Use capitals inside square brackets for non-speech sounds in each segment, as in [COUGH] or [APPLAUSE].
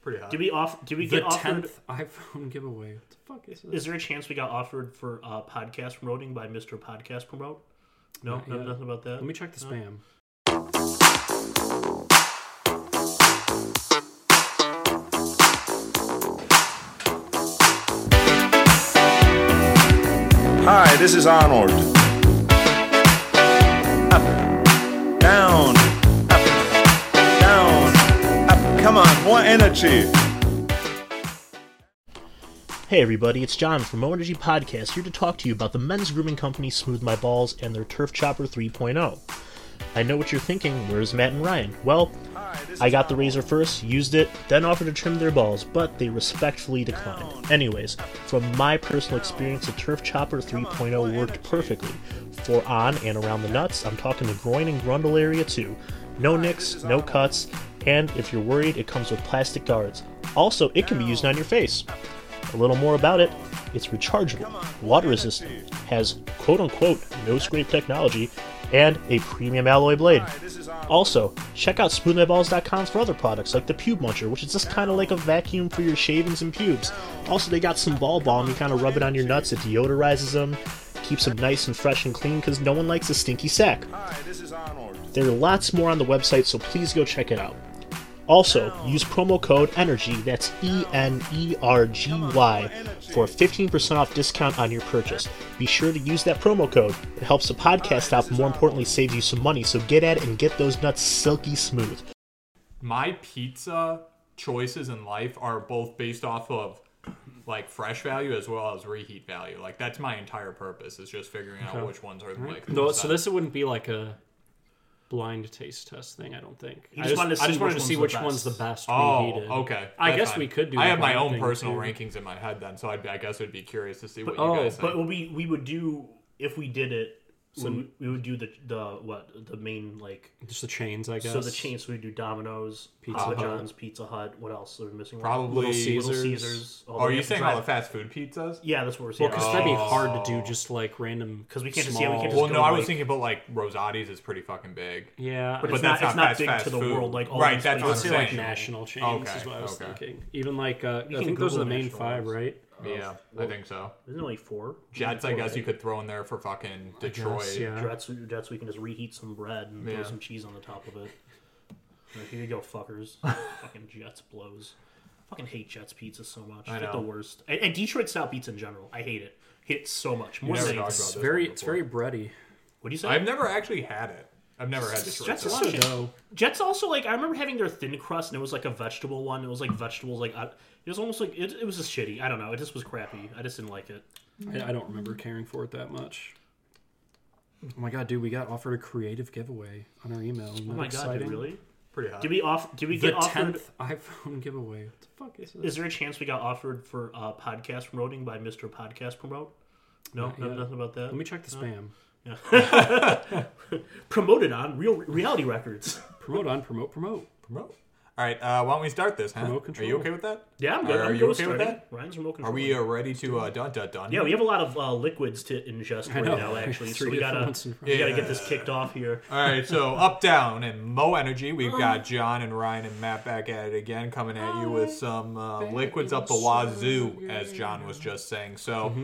pretty hot. Did we off? Did we the get offered? tenth iPhone [LAUGHS] giveaway. What the fuck is this? Is there a chance we got offered for uh, podcast promoting by Mister Podcast Promote? No, Not no yet. nothing about that. Let me check the No. spam. Hi, this is Arnold. Up, down, up, down, up. Come on, more energy. Hey everybody, it's John from Mo Energy Podcast here to talk to you about the men's grooming company Smooth My Balls and their Turf Chopper 3.0. I know what you're thinking, where's Matt and Ryan? Well, Hi, this I is got the Arnold. razor first, used it, then offered to trim their balls, but they respectfully declined. Anyways, from my personal experience, the Turf Chopper 3.0 worked perfectly for on and around the nuts. I'm talking the groin and grundle area too. No nicks, no cuts, and if you're worried, it comes with plastic guards. Also, it can be used on your face. A little more about it it's rechargeable, water resistant, has quote unquote no scrape technology, and a premium alloy blade. Hi, this is Arnold. Also, check out smoothmyballs.com for other products like the Pube Muncher, which is just kind of like a vacuum for your shavings and pubes. Also, they got some ball balm. You kind of rub it on your nuts, it deodorizes them, keeps them nice and fresh and clean because no one likes a stinky sack. Hi, this is Arnold. There are lots more on the website, so please go check it out. Also, use promo code ENERGY, that's E N E R G Y, for 15% off discount on your purchase. Be sure to use that promo code. It helps the podcast out, but more importantly, saves you some money, so get at it and get those nuts silky smooth. My pizza choices in life are both based off of like fresh value as well as reheat value. Like that's my entire purpose is just figuring out which ones are like. the No, most so out- this wouldn't be like a blind taste test thing. I don't think. You I just wanted to I see just wanted which to see one's which the one's the best. best Oh, reheated. okay. I that's guess fine. we could do. I the have my blind own thing, personal too. rankings in my head then, so I'd, I guess it'd be curious to see what oh, you guys think. But we we would do if we did it. we, we would do the the what the main like Just the chains, I guess. so the chains we do Domino's, Pizza Pizza Papa Hut. John's, Pizza Hut. What else are we missing? Probably Little Caesars. Little Caesars. Oh, are we you have to saying drive- all the fast food pizzas? Yeah, that's what we're Well, saying. because that'd Oh. be hard to do just like random. Oh. 'Cause we can't just- small, yeah, we can't just Well, go no, I was like- thinking about like Rosati's is pretty fucking big. Yeah, But I- it's But not- that's it's not not fast, big to fast the food. world, like all right, these that's places. what I I'm would say like saying. national chains Okay, is what I was okay. thinking. Even like uh, I can think those are the Google main national five, ones. right? Yeah, I think so. Isn't it only four? Jets, I Four, guess right? you could throw in there for fucking Detroit. yeah. Jets, Jets, we can just reheat some bread and Yeah. throw some cheese on the top of it. Like, Here you go, fuckers. [LAUGHS] fucking Jets blows. Fucking hate Jets pizza so much. I It's know. the worst. And, and Detroit style pizza in general, I hate it. Hate it so much. More never than anything. talked about It's this very, one it's very bready. What do you say? I've never actually had it. I've never had Detroit. Jets so- is A lot Sushi. of dough. Jets also like I remember having their thin crust and it was like a vegetable one. It was like vegetables like I, it was almost like it, it was just shitty. I don't know. It just was crappy. I just didn't like it. I, I don't remember caring for it that much. Oh my god, dude, we got offered a creative giveaway on our email. Oh my god, dude, really? pretty hot. Did we off? Did we The get offered? tenth iPhone [LAUGHS] giveaway. What the fuck is this? Is there a chance we got offered for uh, podcast promoting by Mister Podcast Promote? No, no, yet. nothing about that. Let me check the spam. Promoted on real reality [LAUGHS] records. Promote on, promote, promote. Promote. All right, uh, why don't we start this? Huh? Remote Are control. you okay with that? Yeah, I'm good. Are, I'm you good okay with starting. that? Ryan's remote control. Are we uh, ready to uh, dun dun dun? Yeah, we have a lot of uh, liquids to [LAUGHS] ingest right know. now. Actually, so Three we gotta different ones [LAUGHS] in front. we gotta get Yeah. this kicked off here. All [LAUGHS] right, so up down and Mo Energy, we've got John and Ryan and Matt back at it again, coming at you with some uh, liquids up the wazoo, as John was just saying. So,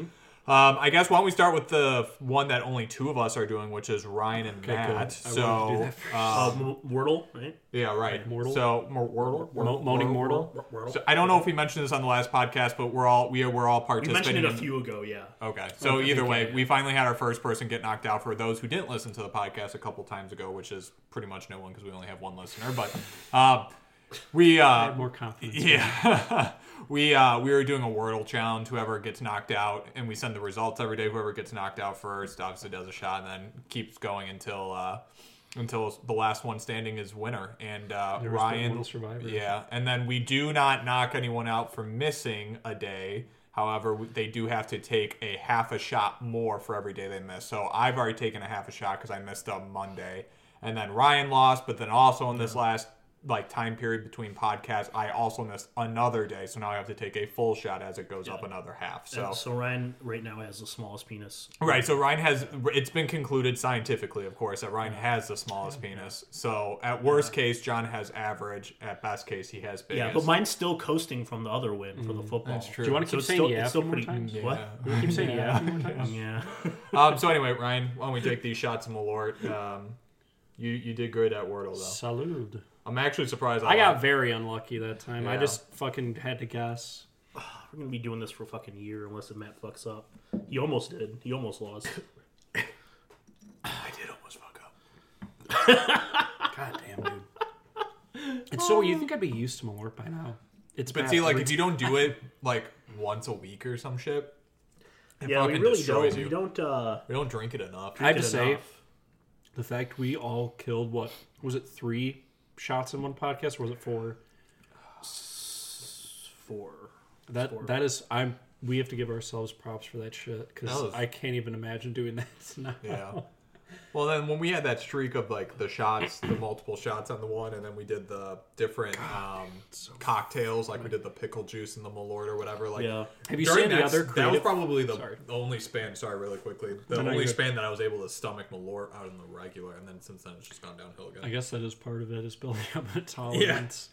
Mm-hmm. um, I guess why don't we start with the one that only two of us are doing, which is Ryan and good. Matt. I wanted to do So, that first. uh, Uh, M- Wordle, right? yeah, right. Mortal? So, Mo- Wordle, Mo- moaning mortal. Wordle. So I don't know if we mentioned this on the last podcast, but we're all we are we're all we mentioned participating. it a in- few ago. Yeah. Okay. So either way, we finally had our first person get knocked out. For those who didn't listen to the podcast a couple times ago, which is pretty much no one because we only have one listener, but um, we uh, More [LAUGHS] confidence. yeah. [LAUGHS] we uh, we were doing a Wordle challenge. Whoever gets knocked out, and we send the results every day. Whoever gets knocked out first, obviously does a shot, and then keeps going until uh, until the last one standing is winner. And uh, was but Ryan, one survivor. yeah. And then we do not knock anyone out for missing a day. However, w- they do have to take a half a shot more for every day they miss. So I've already taken a half a shot because I missed a Monday, and then Ryan lost. But then also in this last like time period between podcasts, I also missed another day, so now I have to take a full shot as it goes up another half. So. So Ryan right now has the smallest penis. Right, so Ryan has. It's been concluded scientifically, of course, that Ryan has the smallest penis. So at worst case, John has average. At best case, he has biggest. Yeah, but mine's still coasting from the other win for the football. Mm, That's true. Do you wanna keep it's saying still, yeah it's still a few more pretty, times? What? Keep saying yeah. a few more [LAUGHS] times. Yeah. um, so anyway, Ryan, why don't we take these shots of Malort? Um, you you did great at Wordle though. Salud. I'm actually surprised. I got very unlucky that time. I Yeah. just fucking had to guess. We're gonna be doing this for a fucking year unless the Matt fucks up. He almost did. He almost [LAUGHS] lost. I did almost fuck up. God damn, dude. [LAUGHS] It's so you think I'd be used to Malort by now. It's But bad. see, like if you don't do it like once a week or some shit, it yeah, we fucking really destroys don't. you. We don't. uh We don't drink it enough. I have did to say, enough. the fact we all killed what was it three shots in one podcast? Or was it four? four. That that is I'm. We have to give ourselves props for that shit because That was- I can't even imagine doing that [LAUGHS] now. Yeah. Well, then when we had that streak of like the shots, the multiple shots on the one, and then we did the different um, cocktails, like we did the pickle juice and the Malort or whatever. Like, Yeah. Have you during seen the that- other That was creative- probably the Sorry. only span. Sorry, really quickly, the No, no, only you're good. span that I was able to stomach Malort out in the regular, and then since then it's just gone downhill I again. guess that is part of it is building up [LAUGHS] a tolerance.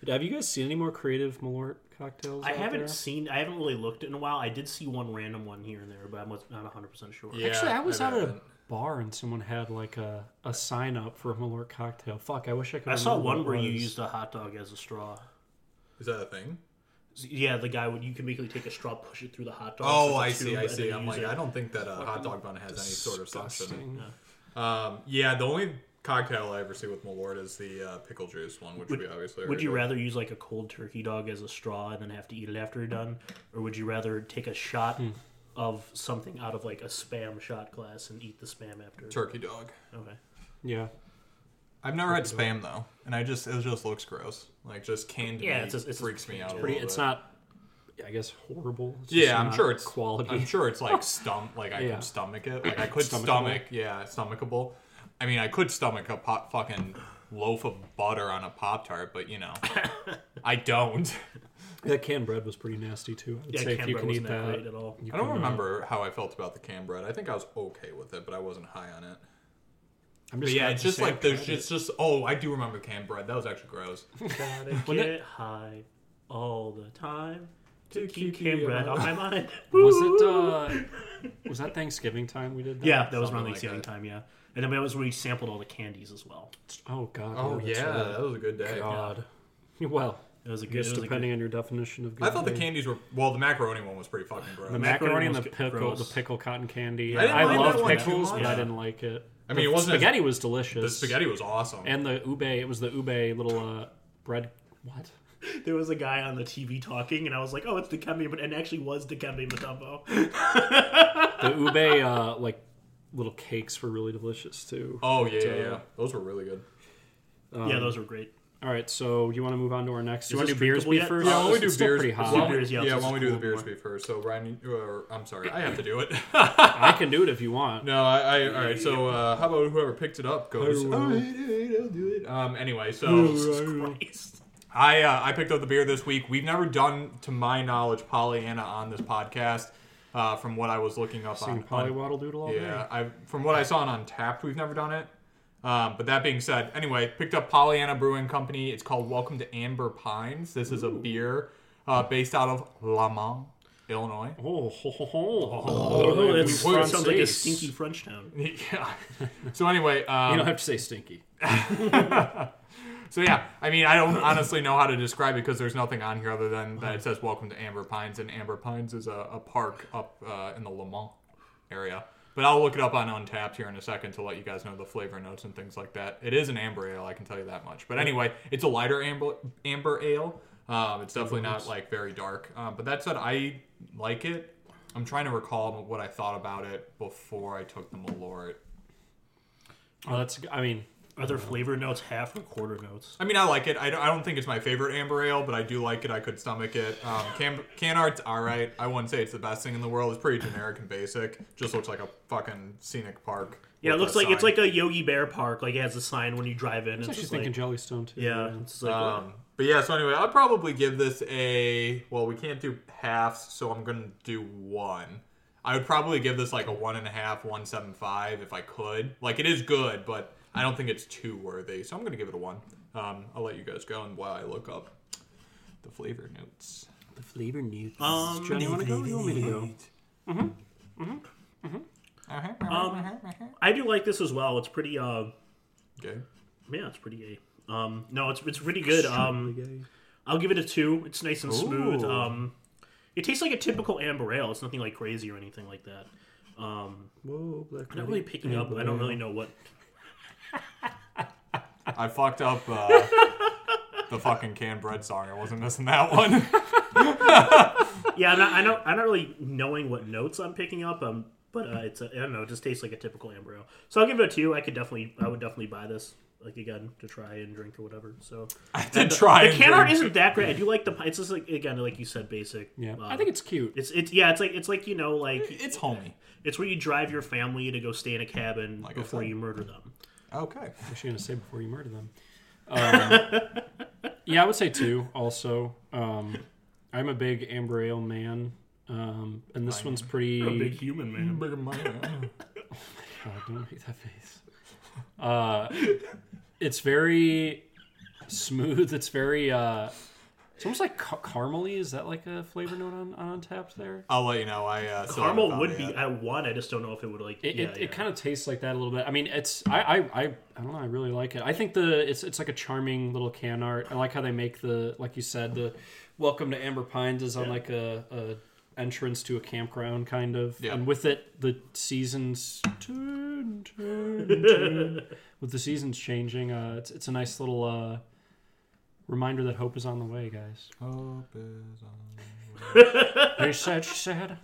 But Have you guys seen any more creative Malort cocktails? I out haven't there? seen. I haven't really looked in a while. I did see one random one here and there, but I'm not 100 percent sure. Yeah, Actually, I was I out at a haven't. bar and someone had like a, a sign up for a Malort cocktail. Fuck, I wish I could. I saw remember what one it where you was. used a hot dog as a straw. Is that a thing? Yeah, the guy would. You can basically take a straw, push it through the hot dog. Oh, suck the I tube, see, I and then see. I'm use like, it. I don't think that a hot dog bun has any sort of suction. Disgusting. Um, yeah, the only cocktail I ever see with Malort is the uh, pickle juice one, which we obviously Would already you did. rather use like a cold turkey dog as a straw and then have to eat it after you're done, or would you rather take a shot Hmm. of something out of like a spam shot glass and eat the spam after? turkey dog? Okay. Yeah. I've never had spam though, and I just it just looks gross. Like just canned Yeah, meat it's just- it's freaks just- me out. a Pretty, little it's bit. not, I guess, horrible. It's just Yeah, I'm not sure it's quality. [LAUGHS] I'm sure it's like stump. Like I Yeah. could stomach it. Like I could Stomachable. stomach. Yeah, stomachable. I mean, I could stomach a pop fucking loaf of butter on a pop tart, [LAUGHS] but you know, I don't. That canned bread was pretty nasty too. I would Yeah, say if you Canberra can eat wasn't that that. great at all. I don't remember how I felt about the canned bread. I think I was okay with it, but I wasn't high on it. I'm But just yeah, glad it's you just said like there's tried it. just, just oh, I do remember canned bread. That was actually gross. Gotta When it- get high all the time to keep keep Canberra you off my mind. [LAUGHS] was it uh, was that Thanksgiving time we did that? yeah, that was around the Something like Thanksgiving that. time. Yeah, and then that was where we sampled all the candies as well. Oh God. Oh that's yeah, right. that was a good day. God. [LAUGHS] Well, It was a good. just It was a good depending on your definition of. Good I thought the day. candies were well. The macaroni one was pretty fucking gross. The macaroni Macaroni and the was pickle, gross. the pickle cotton candy. I didn't I, mind that love one too pickles, much. but I didn't like it. I mean, The it wasn't as- spaghetti was the delicious. spaghetti was awesome. and the ube. It was the ube little uh, bread. [LAUGHS] What? there was a guy on the TV talking, and I was like, "Oh, it's Dikembe," but and it actually was Dikembe Mutombo. [LAUGHS] The ube uh, like little cakes were really delicious too. oh yeah, yeah, yeah, those were really good. yeah, those were great. All right, so you want to move on to our next? You Is want to this do beers drinkable be yet? first? Yeah, why don't we It's do Oh, still beers? pretty why hot. don't we- Beers, yeah, yeah, this why don't we is do the cool. beers be first? So Ryan, you- or, I'm sorry, I have to [LAUGHS] do it. I can do it if you want. no, I, I all right. So uh, how about whoever picked it up goes? Oh, I "All will. right, all right, I'll do it. Um, anyway, so Christ. I uh, I picked up the beer this week. We've never done, to my knowledge, Pollyanna on this podcast. Uh, from what I was looking up Sing on, on Pollywaddle Doodle all Yeah, I from what I saw on Untapped, we've never done it. Um, but that being said, anyway, picked up Pollyanna Brewing Company. It's called Welcome to Amber Pines. This is a beer uh, based out of Lamont, Illinois. day. Oh, ho, ho, ho. Oh, that were sounds like a Francais. stinky French town. [LAUGHS] yeah. So anyway, um, You don't have to say stinky. So yeah, I mean, I don't honestly know how to describe it because there's nothing on here other than that it says "Welcome to Amber Pines," and Amber Pines is a, a park up uh, in the Lamont area. But I'll look it up on Untapped here in a second to let you guys know the flavor notes and things like that. It is an amber ale, I can tell you that much. But anyway, it's a lighter amber amber ale. Um, it's definitely not like very dark. Um, but that said, I like it. I'm trying to recall what I thought about it before I took the Malort. Oh, that's. I mean, Are there flavor notes half or quarter notes? I mean, I like it. I don't, I don't think it's my favorite amber ale, but I do like it. I could stomach it. Um, Cam, Canard's all right. I wouldn't say it's the best thing in the world. It's pretty generic and basic. Just looks like a fucking scenic park. Yeah, it with looks a like it's sign. like a Yogi Bear park. Like it has a sign when you drive in. I It's was just just like thinking Jellystone too. yeah, it's just like Um, but yeah, so anyway, I'd probably give this a. Well, we can't do halves, so I'm gonna do one. I would probably give this like a one and a half, one seven five if I could. Like it is good, but I don't think it's too worthy, so I'm gonna give it a one. Um, I'll let you guys go and while I look up the flavor notes. The flavor new. Um, John, you want to go? or You want me to go? I do like this as well. It's pretty uh Okay. yeah, it's pretty gay. Um no, it's it's pretty good. Um I'll give it a 2. It's nice and smooth. Ooh. Um it tastes like a typical amber ale. It's nothing like crazy or anything like that. Um Whoa, black. I'm not really picking up. I don't really know what [LAUGHS] I fucked up uh, the fucking canned bread song. I wasn't missing that one. [LAUGHS] Yeah, I'm not, I don't. I'm not really knowing what notes I'm picking up. Um, but uh, it's a, I don't know. It just tastes like a typical amber ale. So I'll give it a two. I could definitely. I would definitely buy this. Like again to try and drink or whatever. So I did try. the and can art drink. isn't that great. I do like the. It's just like again, like you said, basic. Yeah, Um, I think it's cute. it's it's yeah. It's like it's like you know like It's homey. it's where you drive your family to go stay in a cabin Like I before said. you murder them. Okay. What was she gonna say before you murder [LAUGHS] them? Um, yeah, I would say two. Also, um, I'm a big amber ale man, um, and this one's pretty. human man. God, Oh, don't make that face. Uh, it's very smooth. It's very. Uh, it's almost like ca- caramely. Is that like a flavor note on on untapped there? I'll let you know. I uh, still haven't Caramel found would it be yet. at one. I just don't know if it would like. It, yeah, it, it kind of tastes like that a little bit. I mean, it's I, I I I don't know. I really like it. I think the it's it's like a charming little can art. I like how they make the like you said the welcome to Amber Pines is on like a, a entrance to a campground kind of, Yeah. and with it the seasons turn [LAUGHS] turn turn with the seasons changing. Uh, it's it's a nice little uh, reminder that hope is on the way, guys. Hope is on- They said she said.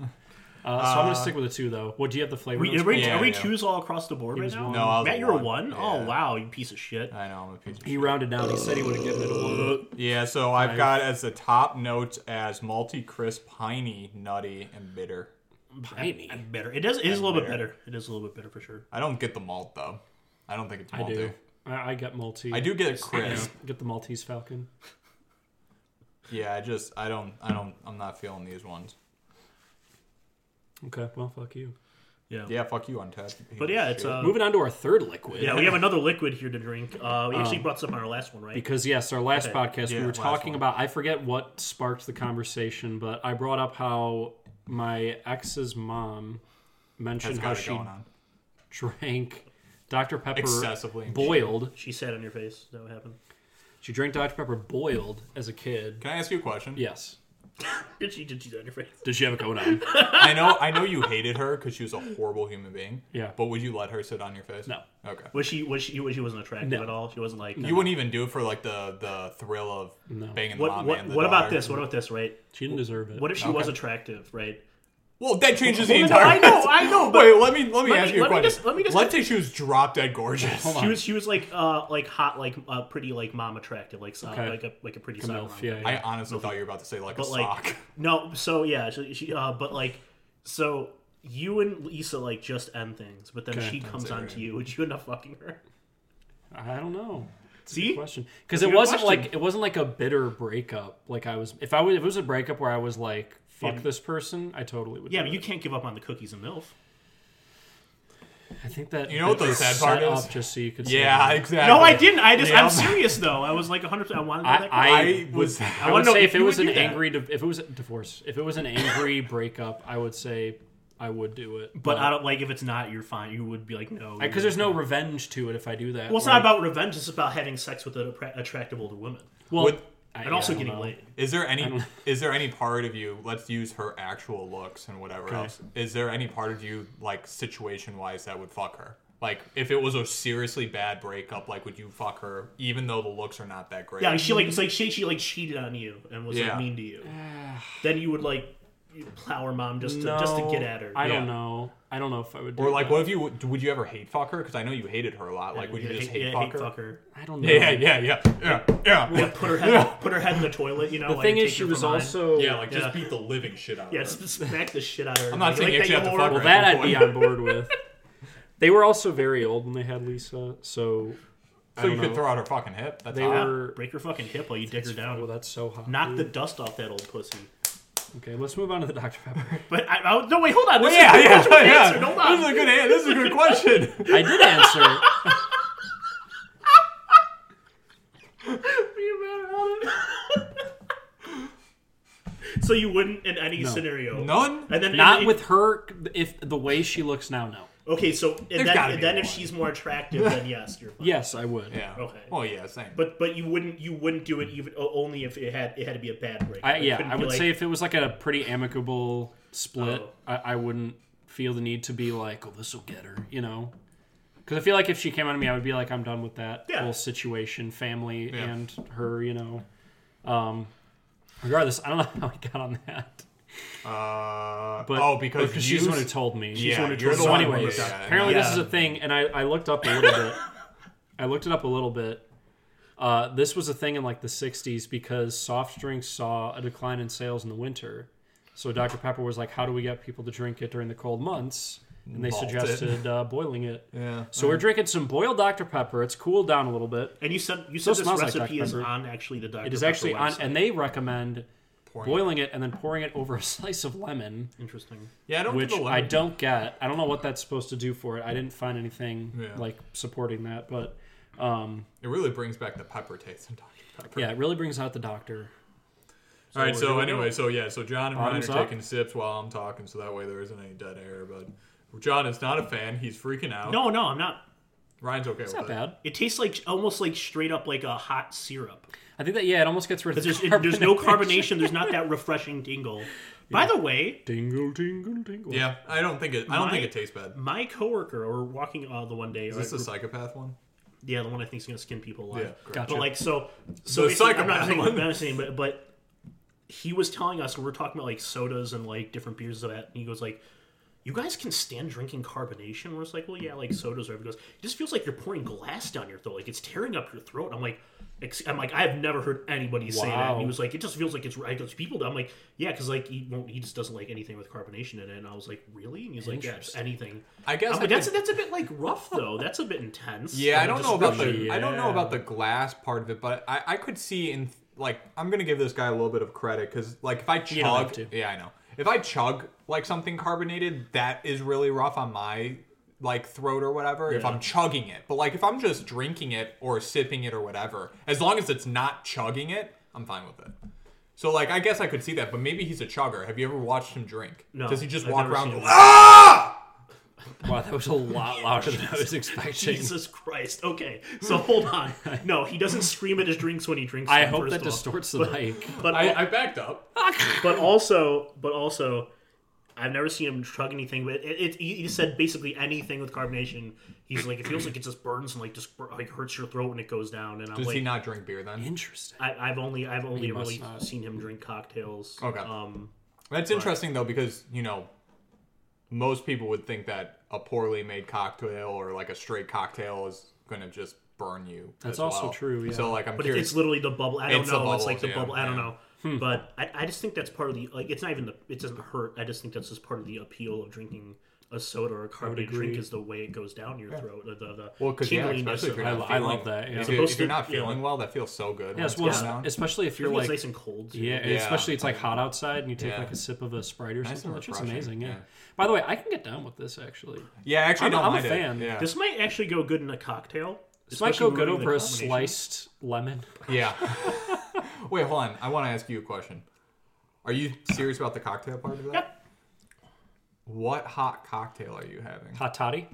Uh, so I'm gonna stick with the two though. What do you have the flavor? We, notes? are we, Yeah, are we yeah. twos all across the board right was now? one. No, I was Matt, a you're a one. one. Oh Yeah. wow, you piece of shit. I know I'm a piece of he shit. rounded down. He said he would have given it a one. Yeah, so I've got as the top notes as malty, crisp, piney, nutty, and bitter. Piney. And bitter. It does. It is a little bit better. It is a little bit bitter for sure. I don't get the malt though. I don't think it's I malty. I do. do, I, I get malty. get You know, crisp. get the Maltese Falcon. Yeah, I just I don't I don't I'm not feeling these ones. Okay, well, fuck you. Yeah. Yeah, fuck you on tap. But yeah, it's uh, Moving on to our third liquid. yeah. We have another liquid here to drink. Uh, we Um, actually brought this up on our last one, right? Because yes, our last Okay. podcast we Yeah, were last talking one. about. I forget what sparked the conversation, but I brought up how my ex's mom mentioned has how got it she going on. drank Dr Pepper Excessively. boiled. she sat on your face. Is That what happened. She drank Dr Pepper boiled as a kid. Can I ask you a question? Yes. Did she? Did she sit on your face? Did she have it going [LAUGHS] on? I know I know you hated her because she was a horrible human being. Yeah. But would you let her sit on your face? No. Okay. Was she? Was she? She wasn't attractive No. at all. She wasn't like. You wouldn't even do it for like the the thrill of banging the what? mom What? and the What about daughter. this? What about this? Right? She didn't deserve it. What if she was attractive? Right? Well, that changes the Well, no, entire. I know, I know, but- Wait, let me let me Let ask me- you a let me question. just- let me just- say she was drop dead gorgeous. She was. She was like uh like hot like uh pretty like mom attractive like so, Okay. like a like a pretty Like a side MILF, mom. yeah, yeah. I honestly thought you were about to say like a but like [LAUGHS] sock. no so yeah she, she uh but like so you and lisa like just end things but then Okay. she comes all on right. to you would you end up fucking her I don't know. see question because it good wasn't question. like it wasn't like a bitter breakup. Like I was, if I was, if it was a breakup where I was like, "Fuck this person," I totally would. yeah do but you it. can't give up on the cookies and milf I think that You know what that the was sad set part up is? just so you could. say Yeah, that. exactly. no i didn't i just Yeah. i'm serious though i was like 100 i wanted to know I- that I- question. I was. I, wanna would know if say if it you was would an do that. angry, di- if it was a divorce, if it was an angry breakup, I would say I would do it. but i don't like if it's not you're fine you would be like no because there's no revenge to it if I do that. well, it's like- not about revenge. It's about having sex with an appra- attractive older woman, well, Would- I- and yeah, also I don't getting know. laid. Is there any? Is there any part of you? Let's use her actual looks and whatever else. Is there any part of you like situation wise that would fuck her? Like if it was a seriously bad breakup, like would you fuck her even though the looks are not that great? Yeah, she like it's like she she like cheated on you and was Yeah. like mean to you. then you would like you plow her mom just to, just to get at her. I Yeah. don't know. I don't know if I would. Do Or like, that. what if you would you ever hate fuck her? Because I know you hated her a lot. Like, would you Yeah, just hate, hate yeah, fuck hate her? fuck her? I [LAUGHS] don't know. Yeah, yeah, yeah, yeah, yeah. Yeah, put her head [LAUGHS] put her head in the toilet. You know, The like, thing and is, take she her was for mine. also Yeah, like just Yeah. beat the living shit out [LAUGHS] of yeah, her. sp- smack the shit out of her. I'm not Like, saying you like, actually have to whore. fuck her. Well, that I'd Good be point. on board with. They were also very old when they had Lisa, so I So don't you could know. throw out her fucking hip. That's They hot. were- Yeah, break her fucking hip while you dig her down. Well, that's so hot. Knock the dust off that old pussy. Okay, let's move on to the Dr [LAUGHS] Pepper. But I, I no wait, hold on. This is yeah, a good yeah, question to yeah. answer. Hold This on. is a good an- This is a [LAUGHS] good question. I did answer. So you wouldn't in any No. scenario. None. And then Not and- with her. If the way she looks now, no. Okay, so and then, gotta be and then if one. she's more attractive, [LAUGHS] then yes, you're fine. Yes, I would. Yeah. Okay. Oh yeah, same. But but you wouldn't you wouldn't do it even o- only if it had it had to be a bad break. I, It yeah, couldn't I be would like, say if it was like a pretty amicable split, Oh. I, I wouldn't feel the need to be like, "Oh, this will get her," you know. Because I feel like if she came on to me, I would be like, "I'm done with that Yeah. whole situation, family, Yeah. and her," you know. Um, regardless, I don't know [LAUGHS] how I got on that. Uh, But, oh, because but you she's the one who told me. She's Yeah, the one who told you're the me. So one who anyways, looked at it. apparently this Yeah. is a thing, and I, I looked up a little bit. I looked it up a little bit. Uh, this was a thing in like the '60s because soft drinks saw a decline in sales in the winter. So Dr Pepper was like, "How do we get people to drink it during the cold months?" And they Malt it. suggested uh, boiling it. Yeah. So we're drinking some boiled Dr Pepper. It's cooled down a little bit. And you said you Still said this smells like Dr. recipe is Pepper. on actually the Dr. It is Pepper actually on, website. and they recommend Pouring boiling it and then pouring it over a [LAUGHS] slice of lemon. interesting. Yeah, I don't. which give a I lemon. don't get. I don't know what that's supposed to do for it. I didn't find anything Yeah. like supporting that, but um, It really brings back the pepper taste in Dr Pepper. yeah, it really brings out the doctor. All right. we're So doing anyway, so yeah, so John and Ryan Bottoms are up. taking sips while I'm talking, so that way there isn't any dead air. But John is not a fan. He's freaking out. No, no, I'm not. Ryan's okay It's with not it. bad. It tastes like almost like straight up like a hot syrup. I think that yeah, it almost gets rid of There's the it- there's no carbonation. There's not [LAUGHS] that refreshing tingle. By the way, Dingle, dingle, dingle. Yeah, I don't think it. I don't My- think it tastes bad. my coworker or walking uh, the one day, Is this or- the psychopath one? yeah, the one I think is gonna skin people alive. great. Gotcha. But like so, so The basically- I'm not psychopath saying one. I'm not saying, but but he was telling us we are talking about like sodas and like different beers of that, and he goes like, "You guys can stand drinking carbonation." We're just like, "Well, yeah, like sodas." Or he goes, "It just feels like you're pouring glass down your throat, like it's tearing up your throat." I'm like. ex- I'm like I've never heard anybody say that. And Wow. he was like, it just feels like it's right. Those people. I'm like, yeah, because like he won't. He just doesn't like anything with carbonation in it. And I was like, really? And he's like, yeah, just anything. I guess I'm I like, that's could- that's a bit like rough though. That's a bit [LAUGHS] intense. Yeah, I don't Just know about the really- I don't know yeah. about the glass part of it, but I, I could see in like I'm gonna give this guy a little bit of credit because like if I don't have chug, to. yeah, I know if I chug like something carbonated, that is really rough on my like throat or whatever if I'm chugging it. But like if I'm just drinking it or sipping it or whatever, as long as it's not chugging it, I'm fine with it. So like I guess I could see that, but maybe he's a chugger. Have you ever watched him drink? No, Does he just I've walk never around? seen and him. go, Ah! Wow, that was a lot louder than I was [LAUGHS] expecting. Jesus Christ. Okay, so hold on. No, he doesn't scream at his drinks when he drinks. I them, hope first that of all. distorts the mic. But I, I backed up. but also but also, I've never seen him chug anything. But it, it he he said basically anything with carbonation. He's like it feels like it just burns and like just bur- like hurts your throat when it goes down. And I'm Does like, he not drink beer then? [LAUGHS] Interesting. I, I've only I've only must really not. seen him drink cocktails. Okay. Um, That's interesting though because you know most people would think that a poorly made cocktail or like a straight cocktail is going to just burn you. That's as well. also true, yeah. So like I'm But curious. it's literally the bubble. I don't It's the know. it's like bubbles, the yeah, bubble. I don't yeah. Hmm. know. But I, I just think that's part of the like. It's not even the. It doesn't hurt. I just think that's just part of the appeal of drinking a soda or a carbonated drink agree. is the way it goes down your throat. The, the, the well, because yeah, tingliness especially if of you're it. not I- I feeling, love that, yeah. If, you, Supposed if you're to- not yeah. feeling well, that feels so good. Yes, when it's well, down. especially if It you're feels like, nice and cold. too. yeah, Yeah. especially it's like hot outside and you take Yeah. like a sip of a sprite or Nice something. and It's just refreshing, amazing. Yeah. yeah. By the way, I can get down with this actually. yeah, actually, I'm- don't I'm a mind it. fan. Yeah, This might actually go good in a cocktail. This might go especially good removing the over a combination. sliced lemon. yeah. [LAUGHS] Wait, hold on. I want to ask you a question. Are you serious about the cocktail part of that? Yep. What hot cocktail are you having? Hot toddy.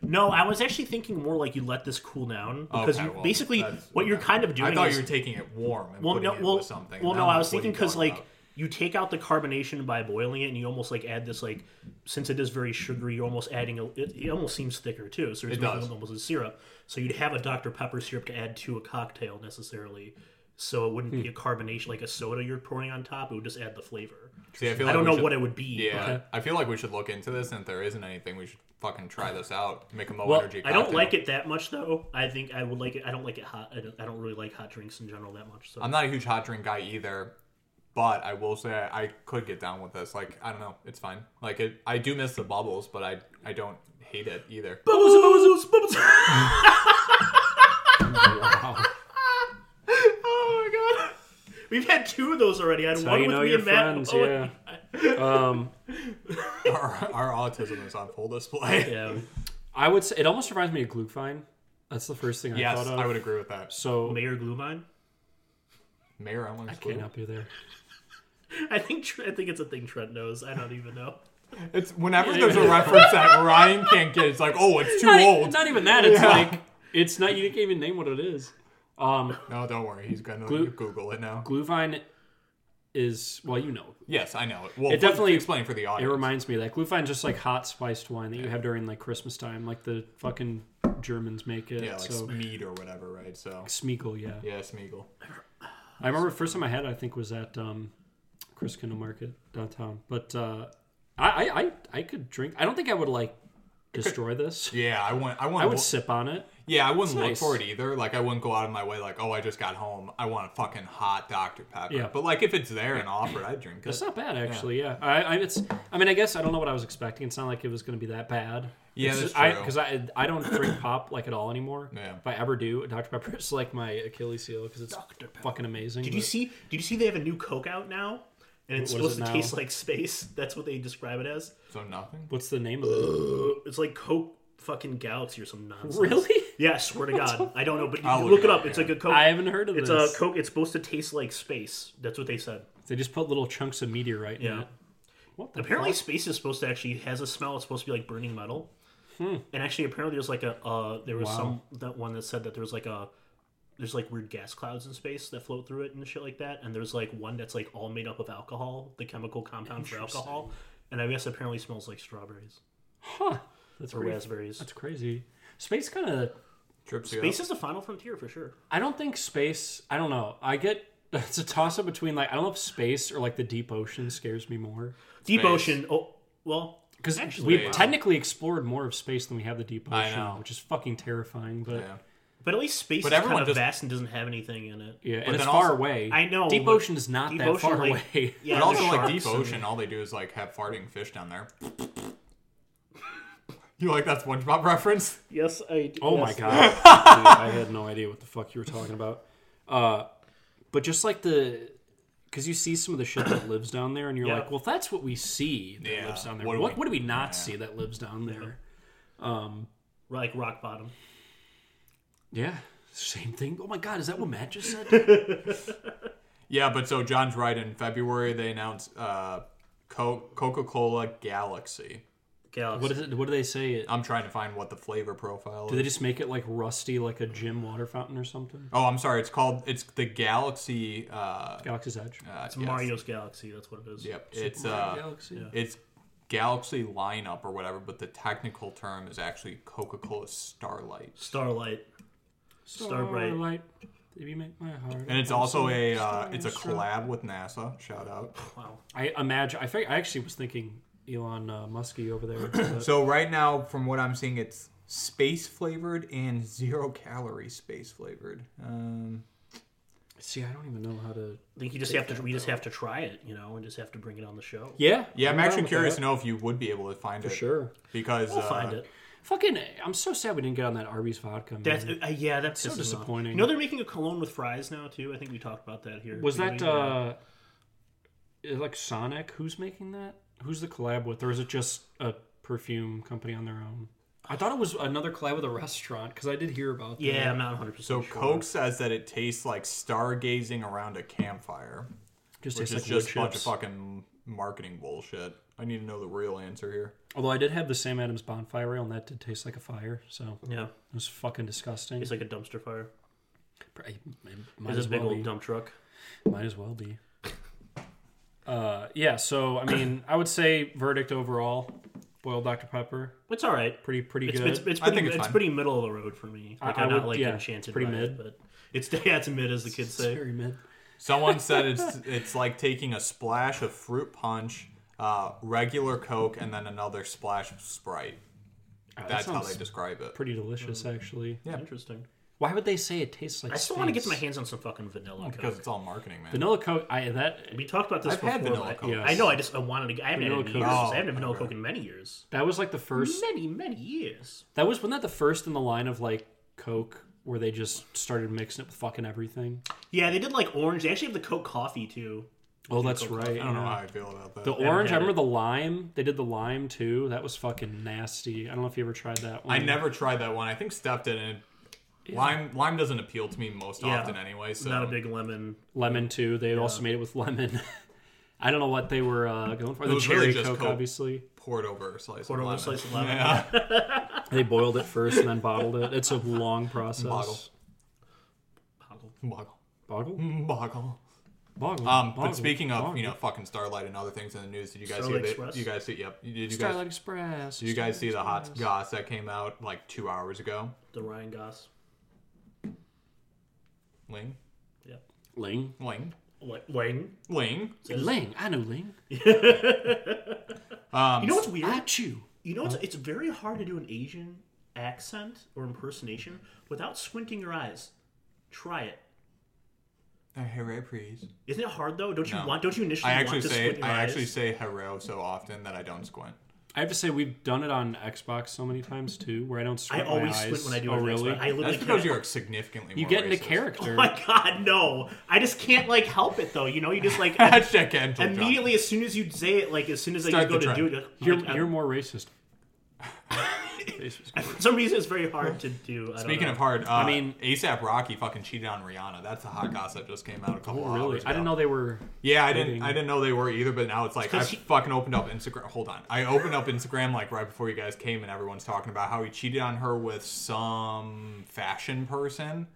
No, I was actually thinking more like you let this cool down because Okay, you well, basically that's- what you're kind of doing. I thought is, you were taking it warm and Well, putting no, it well, with something. well, Now no, I'm I was what are you thinking because talking like about? you take out the carbonation by boiling it, and you almost like add this like since it is very sugary, you're almost adding a, it, it almost seems thicker too, so it's It making does. almost a syrup. So you'd have a Dr Pepper syrup to add to a cocktail necessarily. so it wouldn't Hmm. be a carbonation like a soda you're pouring on top. It would just add the flavor. See, I, feel I like don't we know should- what it would be. Yeah, but I feel like we should look into this, and if there isn't anything, we should fucking try this out. Make a low Well, energy. I don't cocktail. like it that much though. I think I would like it. I don't like it hot. I don't, I don't really like hot drinks in general that much. So [LAUGHS] I'm not a huge hot drink guy either, but I will say I, I could get down with this. Like I don't know, it's fine. Like it, I do miss the bubbles, but I I don't hate it [LAUGHS] either. bubbles, bubbles, bubbles. Wow. oh my god. [LAUGHS] We've had two of those already. I had That's how one you with know me your and Matt. friends, Oh, yeah. Um, our, our autism is on full display. yeah. I would say it almost reminds me of Glühwein. That's the first thing I Yes, thought of. I would agree with that. So Mayor Glumine. Mayor, I'm I can't help you there. I think Tr- I think it's a thing Trent knows. I don't even know. It's whenever there's a reference that Ryan can't get, it's like, oh, it's too Not, e- old. not even that. It's Yeah. like it's not. You can't even name what it is. Um, no, don't worry, he's gonna Google it now. Glühwein is well, you know, yes, I know it. Well, It definitely- explain for the It audience. reminds me of that Glühwein just like hot spiced wine that you have during like Christmas time, like the fucking Germans make it. yeah, like so Smeed or whatever, right? So Smeagol, yeah. yeah, Smeagol. I remember the first time I had it, I think was at um, Chris Kindle Market downtown. But uh, I, I, I I could drink. I don't think I would like destroy this. Yeah, I want. I want. I would sip on it. Yeah, I wouldn't look nice. for it either. Like, I wouldn't go out of my way, like, oh, I just got home. I want a fucking hot Dr. Pepper. Yeah. But, like, if it's there and offered, I'd drink It's it. not bad actually. Yeah, I, I it's. I mean, I guess I don't know what I was expecting. It's not like it was going to be that bad. Yeah, It's that's just- I true. because I I don't drink pop like at all anymore. Yeah. If I ever do, Dr Pepper is like my Achilles heel because it's fucking amazing. Did you but- see? Did you see they have a new Coke out now, and it's What is supposed it to now? taste like space. That's what they describe it as. So, nothing? What's the name of it? [LAUGHS] It's like Coke fucking Galaxy or some nonsense. [LAUGHS] Really? Yeah, I swear to God, I don't know, but you I'll look, look it it up. up, It's yeah. like a Coke. I haven't heard of it's a this. Coke. It's supposed to taste like space. That's what they said. they just put little chunks of meteorite in Yeah. it. What the Apparently, fuck? space is supposed to actually has a smell. It's supposed to be like burning metal. Hmm. And actually, apparently, there's like a uh, there was some that one that said that there was like a there's like weird gas clouds in space that float through it and shit like that. And there's like one that's like all made up of alcohol, the chemical compound for alcohol. And I guess apparently smells like strawberries that's or pretty- raspberries. That's crazy. Space kind of. Trips you Space up? is the final frontier for sure. I don't think space. I don't know. I get. [LAUGHS] It's a toss up between like I don't know if space or like the deep ocean scares me more Deep Space. ocean. Oh well, because Actually, we've wow. technically explored more of space than we have the deep I ocean, know. which is fucking terrifying. But yeah, Yeah. but at least space But is kind everyone of just- vast and doesn't have anything in it. and it's then far also- away. I know, deep but ocean is not Deep that ocean, far like- away. [LAUGHS] Yeah, there's But also, like, sharks Deep and- Ocean, all they do is, like, have farting fish down there. [LAUGHS] you like that SpongeBob reference? Yes, I. Do. Oh my [LAUGHS] god, Dude, I had no idea what the fuck you were talking about. Uh, but just like the, because you see some of the shit that lives down there, and you're Yeah. like, well, that's what we see that Yeah. lives down there. What What, do what, we- do we not see that lives down there? Like rock bottom. Yeah, same thing. Oh my god, is that what Matt just said? Yeah, but so John's right. In February, they announced uh, Co- Coca Cola Galaxy. Galaxy. what is it? What do they say? It- I'm trying to find what the flavor profile Do they is. just make it like rusty, like a gym water fountain or something? Oh, I'm sorry. It's called, it's the Galaxy. Uh, Galaxy's Edge. uh, It's yes. Mario's Galaxy. That's what it is. Yep. It's uh, Galaxy. it's Galaxy lineup or whatever, but the technical term is actually Coca-Cola Starlight, Starlight. Starbright. Starlight. You make my heart. and it's also a uh, it's a collab with NASA. Shout out. Wow. I imagine. I think I actually was thinking Elon uh, Muskie over there. [CLEARS THROAT] but- So right now, from what I'm seeing, it's space flavored and zero calorie space flavored. Um, see, I don't even know how to. I think you just have to. We just have to try it, you know, and just have to bring it on the show. Yeah, yeah, I'm, down actually with curious that. to know if you would be able to find it Sure. because We'll uh, find it. Fucking, I'm so sad we didn't get on that Arby's vodka. Man. That's uh, yeah. That's So pisses me off. disappointing. You know they're making a cologne with fries now too. I think we talked about that here. was Did that we? uh, is it like Sonic? Who's making that? Who's the collab with, or is it just a perfume company on their own? I thought it was another collab with a restaurant because I did hear about. that. yeah, I'm not 100. percent So Coke says that it tastes like stargazing around a campfire, just which tastes is like just a wood bunch of chips. fucking marketing bullshit. I need to know the real answer here. Although I did have the Sam Adams bonfire ale, and that did taste like a fire. So it Yeah, was fucking disgusting. it's like a dumpster fire. Pr- it- it might It's as a big well old be. dump truck. Might as well be. Uh, yeah, so I mean, I would say verdict overall: boiled Dr Pepper, It's all right. pretty pretty It's good. it's, it's I think pretty it's it's fine. pretty middle of the road for me. Like I, I am not would- like yeah, enchanted pretty by it, mid. but It's [LAUGHS] dad's mid, as the kids It's say. very mid. Someone [LAUGHS] said it's it's like taking a splash of fruit punch, uh, regular Coke, and then another splash of Sprite. Oh, That's how sounds they describe it. pretty delicious, actually. Interesting. Why would they say it tastes like? Um, I still want to get space? my hands on some fucking vanilla Because coke. it's all marketing, man. Vanilla Coke. I that We talked about this I've before. had vanilla but- Coke. Yes. I know. I just I wanted to. I haven't had Vanilla it in Coke. years. I Oh, haven't had vanilla okay. coke in many years. that was like the first. Many many years. That was wasn't that the first in the line of like Coke where they just started mixing it with fucking everything. Yeah, they did like orange. They actually have the Coke coffee too. Oh, that's right. I don't know yeah. how I feel about that. The orange. I had remember the lime. They did the lime too. That was fucking nasty. I don't know if you ever tried that one. I never tried that one. I think Steph did, and lime lime doesn't appeal to me most Yeah. often anyway. So Not a big lemon. lemon too. They also made it with lemon. [LAUGHS] I don't know what they were uh, going for. The was really cherry just Coke, Coke. obviously. poured over a slice Poured of over a lemon. slice of [LAUGHS] lemon, Yeah. They boiled it first and then bottled it. It's a long process. Bottle. Bottle. Boggle. [LAUGHS] Boggle? Boggle. Boggle. Um, Boggle. but speaking of Boggle. you know fucking Starlight and other things in the news, did you guys Starlight see? Express? The, you guys see? Yep. Did you guys? Starlight Express. Did you guys see the Starlight hot Express. goss that came out like two hours ago? The Ryan Goss. Ling, Yeah. Ling? Ling, Like Wang. Ling. Ling. I know Ling. You know what's weird? I chew. You know, it's, it's very hard to do an Asian accent or impersonation without squinting your eyes. Try it. Hooray, please. Isn't it hard though? Don't you No. want? Don't you initially I actually want to say squint your I eyes? actually say hero so often that I don't squint. I have to say we've done it on Xbox so many times too, where I don't I squint my always eyes. squint when I do Oh an really? accent. I literally That's because can't- you're significantly. you more get into racist. Oh [LAUGHS] character. my god, no! I just can't like help it though. You know, you just [LAUGHS] like [LAUGHS] Hashtag cancel John. immediately as soon as you say it, like as soon as like, you Start go the to do it, trend. like, you're like, uh, you're more [LAUGHS] racist. I- [LAUGHS] for some reason it's very hard to do. I Speaking don't know. of hard, uh, I I mean- mean ASAP Rocky fucking cheated on Rihanna. That's a hot goss that just came out a couple Oh hours really? ago. I didn't know they were. Yeah, I didn't. Dating. I didn't know they were either. But now it's like I 'cause he- fucking opened up Instagram. Hold on, I opened up Instagram like right before you guys came, and everyone's talking about how he cheated on her with some fashion person.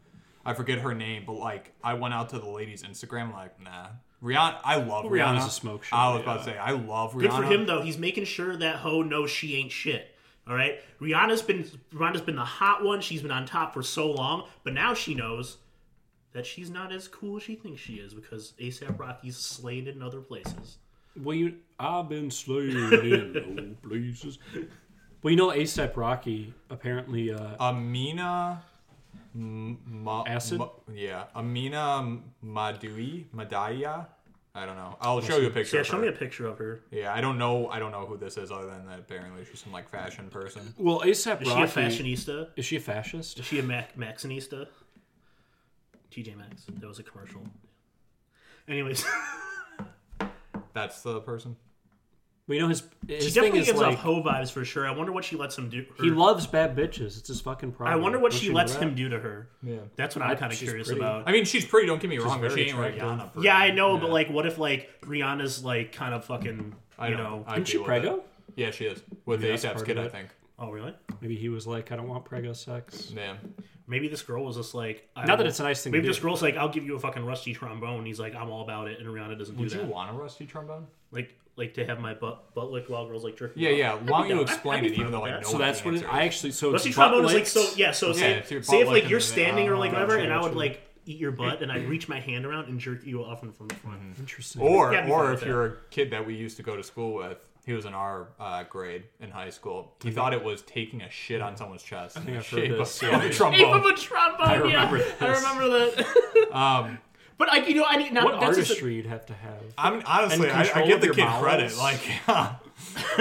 I forget her name, but like I went out to the lady's Instagram, like nah. Rihanna, I love Rihanna's Rihanna. a smoke show, I was about to say I love Rihanna. good for him though, he's making sure that hoe knows she ain't shit. All right, Rihanna's been Rihanna's been the hot one. She's been on top for so long, but now she knows that she's not as cool as she thinks she is because ASAP Rocky's slayed in other places. Well, you. I've been slaying in low places. Well, you know, ASAP Rocky apparently. Uh, Amina. M- Ma- Acid? Ma- yeah, Amina Madui Madaya. I don't know. I'll show you a picture. Yeah, of show her. me a picture of her. Yeah, I don't know. I don't know who this is, other than that apparently she's some like fashion person. well, ASAP Is Rocky. she a fashionista? Is she a fascist? Is she a Mac- Maxinista? TJ Maxx. That was a commercial. Anyways, [LAUGHS] That's the person. Well, you know his she his thing definitely is gives like off hoe vibes for sure. I wonder what she lets him do. her- he loves bad bitches. It's his fucking problem. I wonder what Don't she you lets know him that? do to her. Yeah. That's what I'm kind of she's curious pretty. about. I mean, she's pretty. Don't get me wrong, but very she ain't attractive. Rihanna. Pretty. Yeah, I know, but like, what if like Rihanna's like kind of fucking, I you know? I'd Isn't she deal with it. prego? Yeah, she is with Maybe that's ASAP's part kid, of I it. think. Oh, really? Maybe he was like, I don't want prego sex. Yeah. Maybe this girl was just like. I Not that will- it's a nice thing to Maybe this do. girl's like, I'll give you a fucking rusty trombone. He's like, I'm all about it, and Rihanna doesn't Would do you that. want a rusty trombone? like, like to have my butt butt licked while girls like jerking. Yeah, off. yeah. Why don't down. you I'd- I'd explain be it, fine even with though I that. know So that's the what it, answer I is. actually so it's Rusty butt trombone is like licks. so. Yeah, so Yeah, say, it's your say butt if like licking you're and they- standing or like Ah, whatever, and I gotcha. would like eat your butt, [CLEARS THROAT] and I'd reach my hand around and jerk you off and from the front. Mm-hmm. Interesting. Or, Yeah, I'd be fine or with if you're a kid that we used to go to school with, he was in our uh, grade in high school. He thought it was taking a shit on someone's chest. I think I've heard shape of- this, of yeah. a Shape of trombone. a trombone. I remember yeah. I this. remember that. [LAUGHS] Um, but I, you know, I need not. what that's just a- artistry you'd have to have. I mean, honestly, And I, I control give of the your kid bowels. credit. Like, [LAUGHS]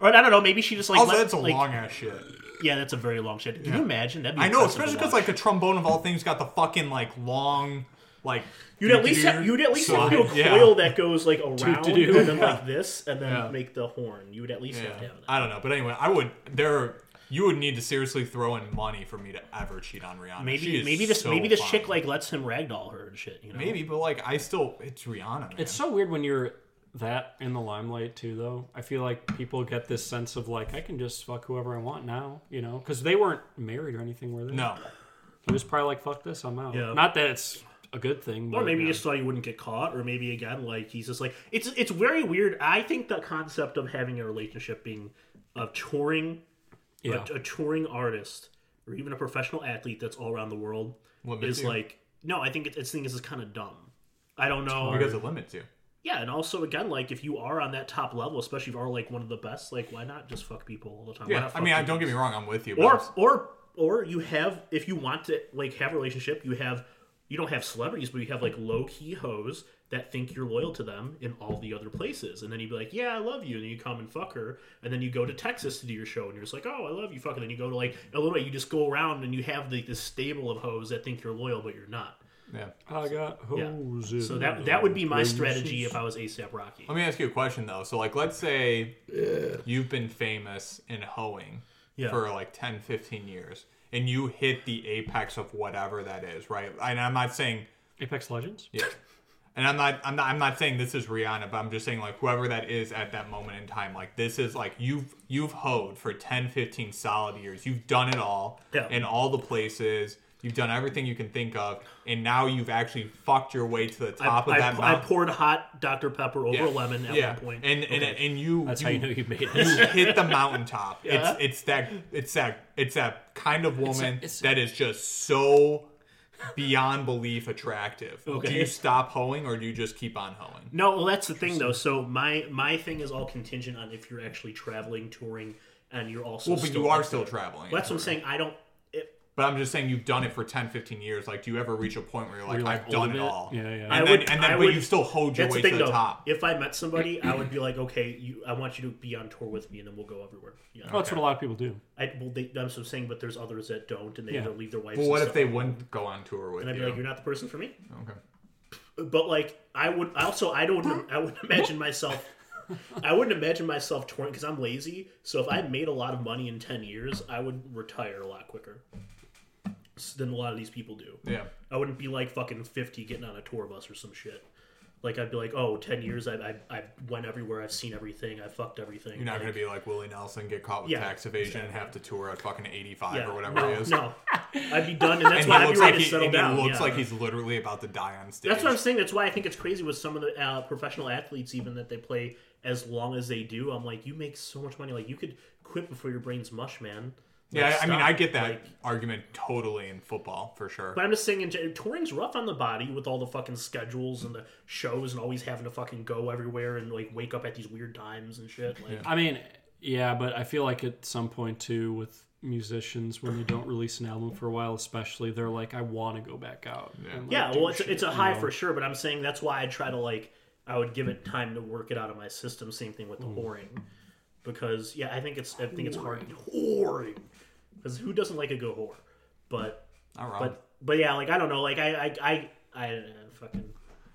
Or I don't know. Maybe she just like. Also, let- that's a like- long ass shit. Yeah, that's a very long shit. Can you imagine? That'd be I know, impressive to especially because watch. like the trombone of all things got the fucking like long, like you'd at least have, you'd at least have to do a yeah. coil that goes like around do. and then [LAUGHS] like this and then Yeah. make the horn. You would at least have to Yeah. have that. I don't know, but anyway, I would there. You would need to seriously throw in money for me to ever cheat on Rihanna. She Maybe is maybe this so maybe this fine. chick like lets him ragdoll her and shit. You know? maybe, but like I still it's Rihanna. Man. It's so weird when you're that in the limelight too, though. I feel like people get this sense of like, I can just fuck whoever I want now, you know, because they weren't married or anything, were they? no, He was probably like, fuck this, I'm out. Yeah. Not that it's a good thing, but Or maybe yeah. he just thought he wouldn't get caught, or maybe again, like he's just like it's it's very weird. I think the concept of having a relationship being of touring yeah. a, a touring artist or even a professional athlete that's all around the world Limits is you. like no. I think it, it's thing is kind of dumb. I don't know because it limits you. yeah, and also again, like if you are on that top level, especially if you are like one of the best, like why not just fuck people all the time? Why Yeah, not I fuck mean, I, people? don't get me wrong, I'm with you. But or I'm- or or you have if you want to like have a relationship, you have you don't have celebrities, but you have like low key hoes that think you're loyal to them in all the other places, and then you'd be like, yeah, I love you, and then you come and fuck her, and then you go to Texas to do your show, and you're just like, oh, I love you, fuck, and then you go to like Illinois, you just go around and you have like this stable of hoes that think you're loyal, but you're not. yeah. I got Yeah. hoes. in So that my that would be my braces. strategy if I was ASAP Rocky. Let me ask you a question though. So like let's say you've been famous in hoeing Yeah. for like 10, 15 years and you hit the apex of whatever that is, right? And I'm not saying Apex Legends. yeah. And I'm not I'm not I'm not saying this is Rihanna, but I'm just saying like whoever that is at that moment in time, like this is like you've you've hoed for 10, 15 solid years. You've done it all Yeah. in all the places. You've done everything you can think of, and now you've actually fucked your way to the top of I, that I mountain. poured hot Dr. Pepper over Yeah. lemon at yeah. one point. And and, Okay. and you That's you, how you know you [LAUGHS] made you it. hit the mountaintop. It's it's that it's that it's that kind of woman it's- that is just so beyond belief attractive. Do you stop hoeing or do you just keep on hoeing? no, well, that's the thing though. So my my thing is all contingent on if you're actually traveling, touring, and you're also. Well, but still you are still traveling. Well, that's what I'm saying. I don't. It, But I'm just saying you've done it for 10, 15 years. Like, do you ever reach a point where you're like, you're like I've done old it of it? all? Yeah, yeah. And I then, would- and then I but would- you still hold your that's way the thing to the though. top. If I met somebody, I would be like, okay, you, I want you to be on tour with me, and then we'll go everywhere. Yeah. Oh. Well, that's what a lot of people do. I, well, they, that's what I'm saying. But there's others that don't, and they Yeah. either leave their wives. Well, and what if stuff. they wouldn't go on tour with And I'd be you? like, you're not the person for me. okay. but like I would I also I don't I wouldn't imagine myself I wouldn't imagine myself touring because I'm lazy. So if I made a lot of money in ten years, I would retire a lot quicker s- than a lot of these people do. Yeah. I wouldn't be like fucking fifty getting on a tour bus or some shit. Like I'd be like, oh, 10 years. I I, I went everywhere. I've seen everything. I fucked everything. You're not going to be like Willie Nelson, get caught with Yeah, tax evasion, and have to tour at fucking 85 or whatever no, it is. No, I'd be done, and that's And why I'd he be looks, ready like to he, settle and he down. looks yeah. like he's literally about to die on stage. That's what I'm saying. That's why I think it's crazy with some of the uh, professional athletes, even that they play as long as they do. I'm like, you make so much money. Like, you could quit before your brain's mush, man. Like, yeah, I mean, stop. I get that Like, argument totally in football for sure. but I'm just saying, in gen- touring's rough on the body with all the fucking schedules and the shows and always having to fucking go everywhere and like wake up at these weird times and shit. Like, I mean, yeah, but I feel like at some point too with musicians when they don't release an album for a while, especially they're like, I want to go back out. and, like, yeah, do well, it's shit, it's a you high know? for sure. But I'm saying that's why I try to like, I would give it time to work it out of my system. Same thing with the Mm. whoring, because yeah, I think it's I think it's hard whoring, because who doesn't like a good whore? But Not wrong. but but yeah, like I don't know, like I I I, I uh, fucking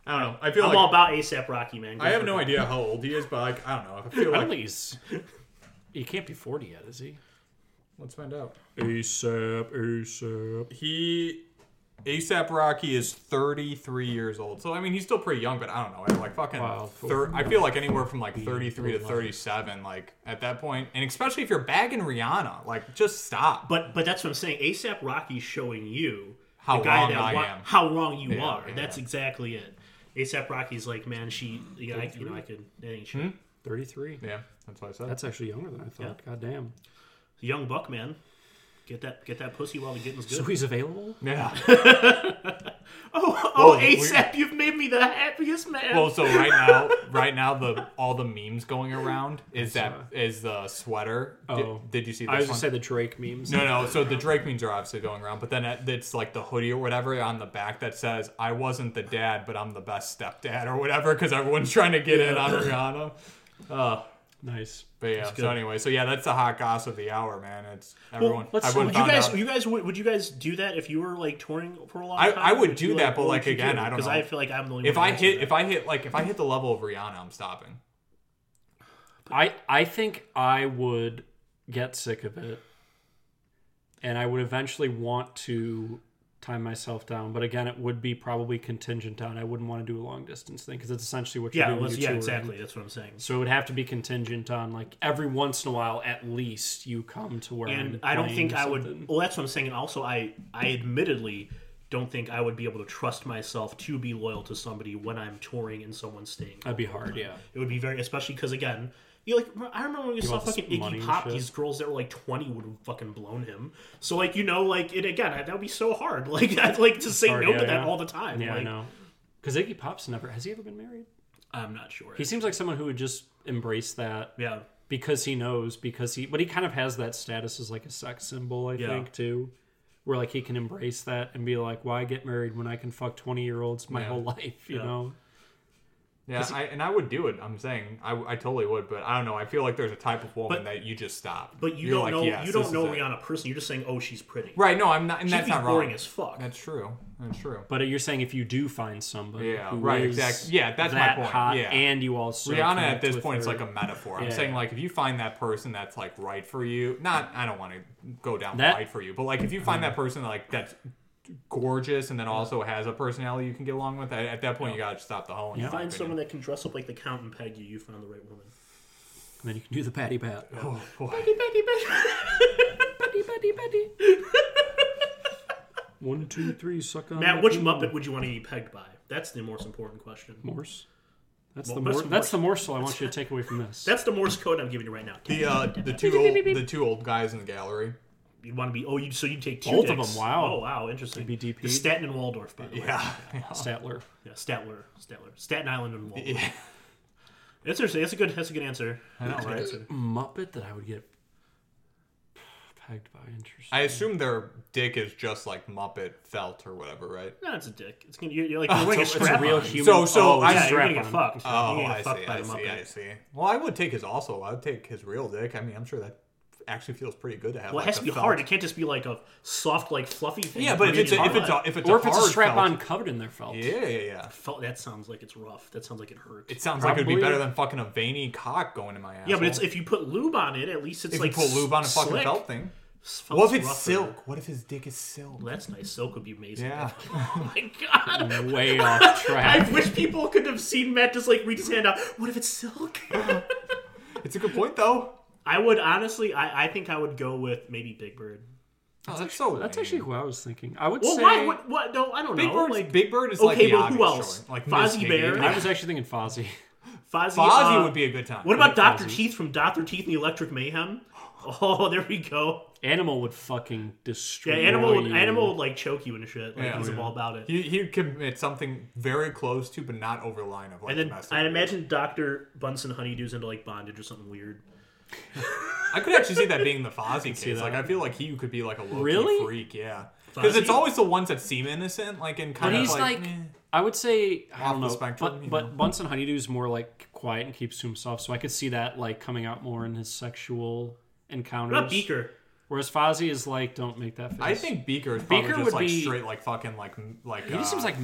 I don't know. I feel I'm like all about ASAP Rocky man. I have no idea how old he is, but like I don't know. I I feel like don't think he's. He can't be forty yet, is he? let's find out. ASAP, ASAP. He ASAP Rocky is 33 years old. So I mean, he's still pretty young, but I don't know. At like fucking Wow. thir- I feel like anywhere from like 33 to 37 like at that point. And especially if you're bagging Rihanna, like just stop. But but that's what I'm saying. ASAP Rocky's showing you How the guy wrong that I wa- am. how wrong you are. yeah. That's exactly it. ASAP Rocky's like, man, she, yeah, I, you know, I could, I think Hmm? she, Thirty-three. yeah, that's what I said. That's actually younger than I thought. God damn. young buck man get that get that pussy while the getting's good So he's available. yeah. [LAUGHS] oh, oh Whoa, we- asap you've made me the happiest man Well, so right now, right now, the all the memes going around is that is the sweater. Did- Oh. Did, you see? This I was one? gonna say the Drake memes. No, no. So the Drake memes are obviously going around, but then it- it's like the hoodie or whatever on the back that says, "I wasn't the dad, but I'm the best stepdad" or whatever, because everyone's trying to get in on Rihanna. Nice. But yeah. So anyway, so yeah, that's the hot gossip of the hour, man. It's everyone. let's- everyone would you found guys out- you guys would, would you guys do that if you were like touring for a long I- time I would do you, that, but, what would like, you again, I don't because know. I feel like I'm the only if one I who can answer hit, if I hit, like, if I hit the level of Rihanna, I'm stopping. I I think I would get sick of it, and I would eventually want to time myself down. But again, it would be probably contingent on. I wouldn't want to do a long distance thing because it's essentially what that. you're yeah doing. let's- when yeah you're touring. exactly that's what I'm saying So it would have to be contingent on like every once in a while, at least you come to where. and I'm I don't playing think or I would something. well that's what I'm saying and also I I admittedly don't think I would be able to trust myself to be loyal to somebody when I'm touring and someone's staying. That'd be hard, yeah. It would be very, especially because again, you like I remember when we saw all this fucking money Iggy and Pop. shit. These girls that were like twenty would have fucking blown him. So like you know, like it again, that would be so hard. [LAUGHS] Like I'd like to say hard, no yeah, to that yeah. all the time. Yeah, I like, know. Because Iggy Pop's never has he ever been married? I'm not sure. He seems like someone who would just embrace that yeah, because he knows because he but he kind of has that status as like a sex symbol i Yeah. think too where like he can embrace that and be like why get married when i can fuck 20 year olds my Yeah. whole [LAUGHS] life you Yeah. know Yeah, I, and I would do it. I'm saying I, I totally would, but I don't know. I feel like there's a type of woman But- that you just stop. but you You're don't like, know "Yes, you this don't is know it." Rihanna personally. You're just saying, oh, she's pretty. Right? No, I'm not, and She'd that's be not boring wrong. as fuck. That's true. That's true. but you're saying if you do find somebody Yeah, who right, is exact- yeah, that's my that point, hot yeah. and you also Rihanna at connect this with point is her. like a metaphor. I'm Yeah. saying like if you find that person that's like right for you, not I don't want to go down That- right for you, but like if you find that person like that's gorgeous and then also has a personality you can get along with, at, at that point you gotta stop the whole. Yeah. Find someone that can dress up like the Count and Peggy. You found the right woman. and then you can do the patty pat [LAUGHS] Oh boy. [LAUGHS] one two three suck on Matt, my which penis. Muppet would you want to be pegged by? That's the most important question. morse that's the Well, what's mor- that's morse? the morsel i want you to take away from [LAUGHS] this That's the Morse code I'm giving you right now. The uh, the two old the two old guys in the gallery. You'd want to be oh you so you take two Both of dicks. them, wow. oh wow interesting You'd be DP'd. the Staten and Waldorf by the [LAUGHS] way [LAUGHS] Yeah. statler yeah Statler Statler Staten Island and [LAUGHS] Waldorf Yeah. that's interesting that's a good that's a good answer I know, right? muppet that i would get pegged by interesting I assume their dick is just like Muppet felt or whatever, right? no it's a dick it's gonna you're, you're like you're wearing a Oh, So it's a strap real on. human. Oh, So- so I- yeah you're gonna get strap on. fucked Oh, you're gonna I get fucked see, by I the see, Muppet I see. Well, I would take his also. I would take his real dick. I mean, I'm sure that actually feels pretty good to have. well it like, has a to be felt. hard it can't just be like a soft like fluffy thing Yeah, but if Really it's a, if hard. it's a, if it's or a if it's a hard strap felt- on covered in their felt. Yeah, yeah, yeah. Felt- that sounds like it's rough that sounds like it hurts It sounds like it'd be Probably. better than fucking a veiny cock going in my ass. yeah but it's if you put lube on it at least it's if like you put lube on a s- fucking slick. felt thing. S- What felt's if it's rougher. silk? What if his dick is silk? Well, that's nice silk would be amazing Yeah. [LAUGHS] [LAUGHS] Mm. oh my god Way off [LAUGHS] I track. wish people could have seen Matt just like reach his hand out. What if it's silk? [LAUGHS] it's a good point though. I would honestly, I, I think I would go with maybe Big Bird. Oh, that's so. That's lame. actually who I was thinking. I would Well, say why? What? What? No, I don't Big know. Bird. like Big Bird is like okay, the but who obvious else? choice. Like Fozzie Miss Bear? Piggy. I was actually thinking Fozzie. Fozzie. Fozzie uh, would be a good time. What about Doctor Fozzie. Teeth from Doctor Teeth and the Electric Mayhem? [LAUGHS] Oh, there we go. Animal would fucking destroy. Yeah, animal, would, you. animal would like choke you and shit. Like Yeah. he's Yeah. all about it. He, he commits something very close to, but not over the line of like And then domestic I abuse. imagine Doctor Bunsen Honeydew's into like bondage or something weird. I could actually see that being the Fozzie see case. Like, I that. feel like he could be like a low Really? freak. Yeah, because it's Fozzie? always the ones that seem innocent, like in kind But of he's like, like. eh. meh. I would say I Off the don't know, spectrum, you but, know. but Bunsen Honeydew's more like quiet and keeps to himself, so I could see that like coming out more in his sexual What about encounters. Beaker? Whereas Fozzie is like, don't make that face. I think Beaker is probably Beaker just would like be- straight like fucking like m- like. he just seems like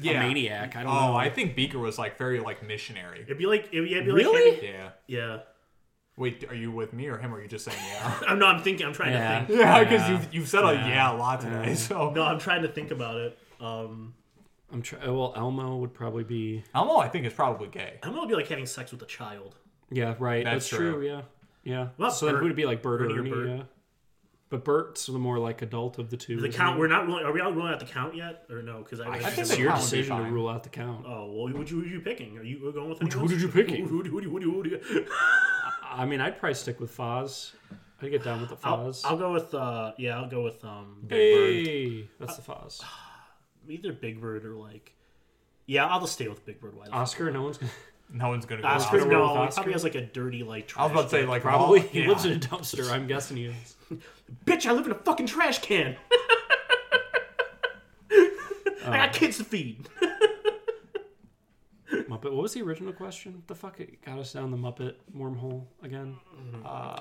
yeah. a maniac. I don't oh, know. I think Beaker was like very like missionary. It'd be like it'd be, it'd be Really? like having- Yeah. yeah. [LAUGHS] Wait, are you with me or him? Or are you just saying yeah? I'm no, I'm thinking. I'm trying to Yeah. think. yeah, because you've, you've said a yeah a lot today. So No, I'm trying to think about it. Um, I'm tr- well, Elmo would probably be. Elmo, I think is probably gay. I'm gonna be like having sex with a child. Yeah, right. That's That's, true. true. Yeah, yeah. about so then Bert? who would it be like Bert or Ernie or Ernie? Bert? Yeah. But Bert's the more like adult of the two. The isn't count. he? We're not ruling. Are we all ruling out the count yet, or no? Because I, I think It's the your count would be decision to fine. rule out the count. Oh well, who would you, who you picking? Are you we're going with Which- anyone? who did you picking? Who, who, who, who, who, who, who- I mean, I'd probably stick with Foz. I'd get down with the I'll, Foz. I'll go with. uh Yeah, I'll go with um hey, that's the Foz. either Big Bird or like. Yeah, I'll just stay with Big Bird. Why? the Oscar, no one's gonna. No one's gonna go. fuck? Oscar, out. no, with he Oscar? probably has like a dirty like. Trash I was about to say can. like Probably Raul- he Oh, yeah. lives in a dumpster. I'm guessing he is. bitch, I live in a fucking trash can. [LAUGHS] I got kids to feed. Muppet. What was the original question? The fuck it got us down the Muppet wormhole again?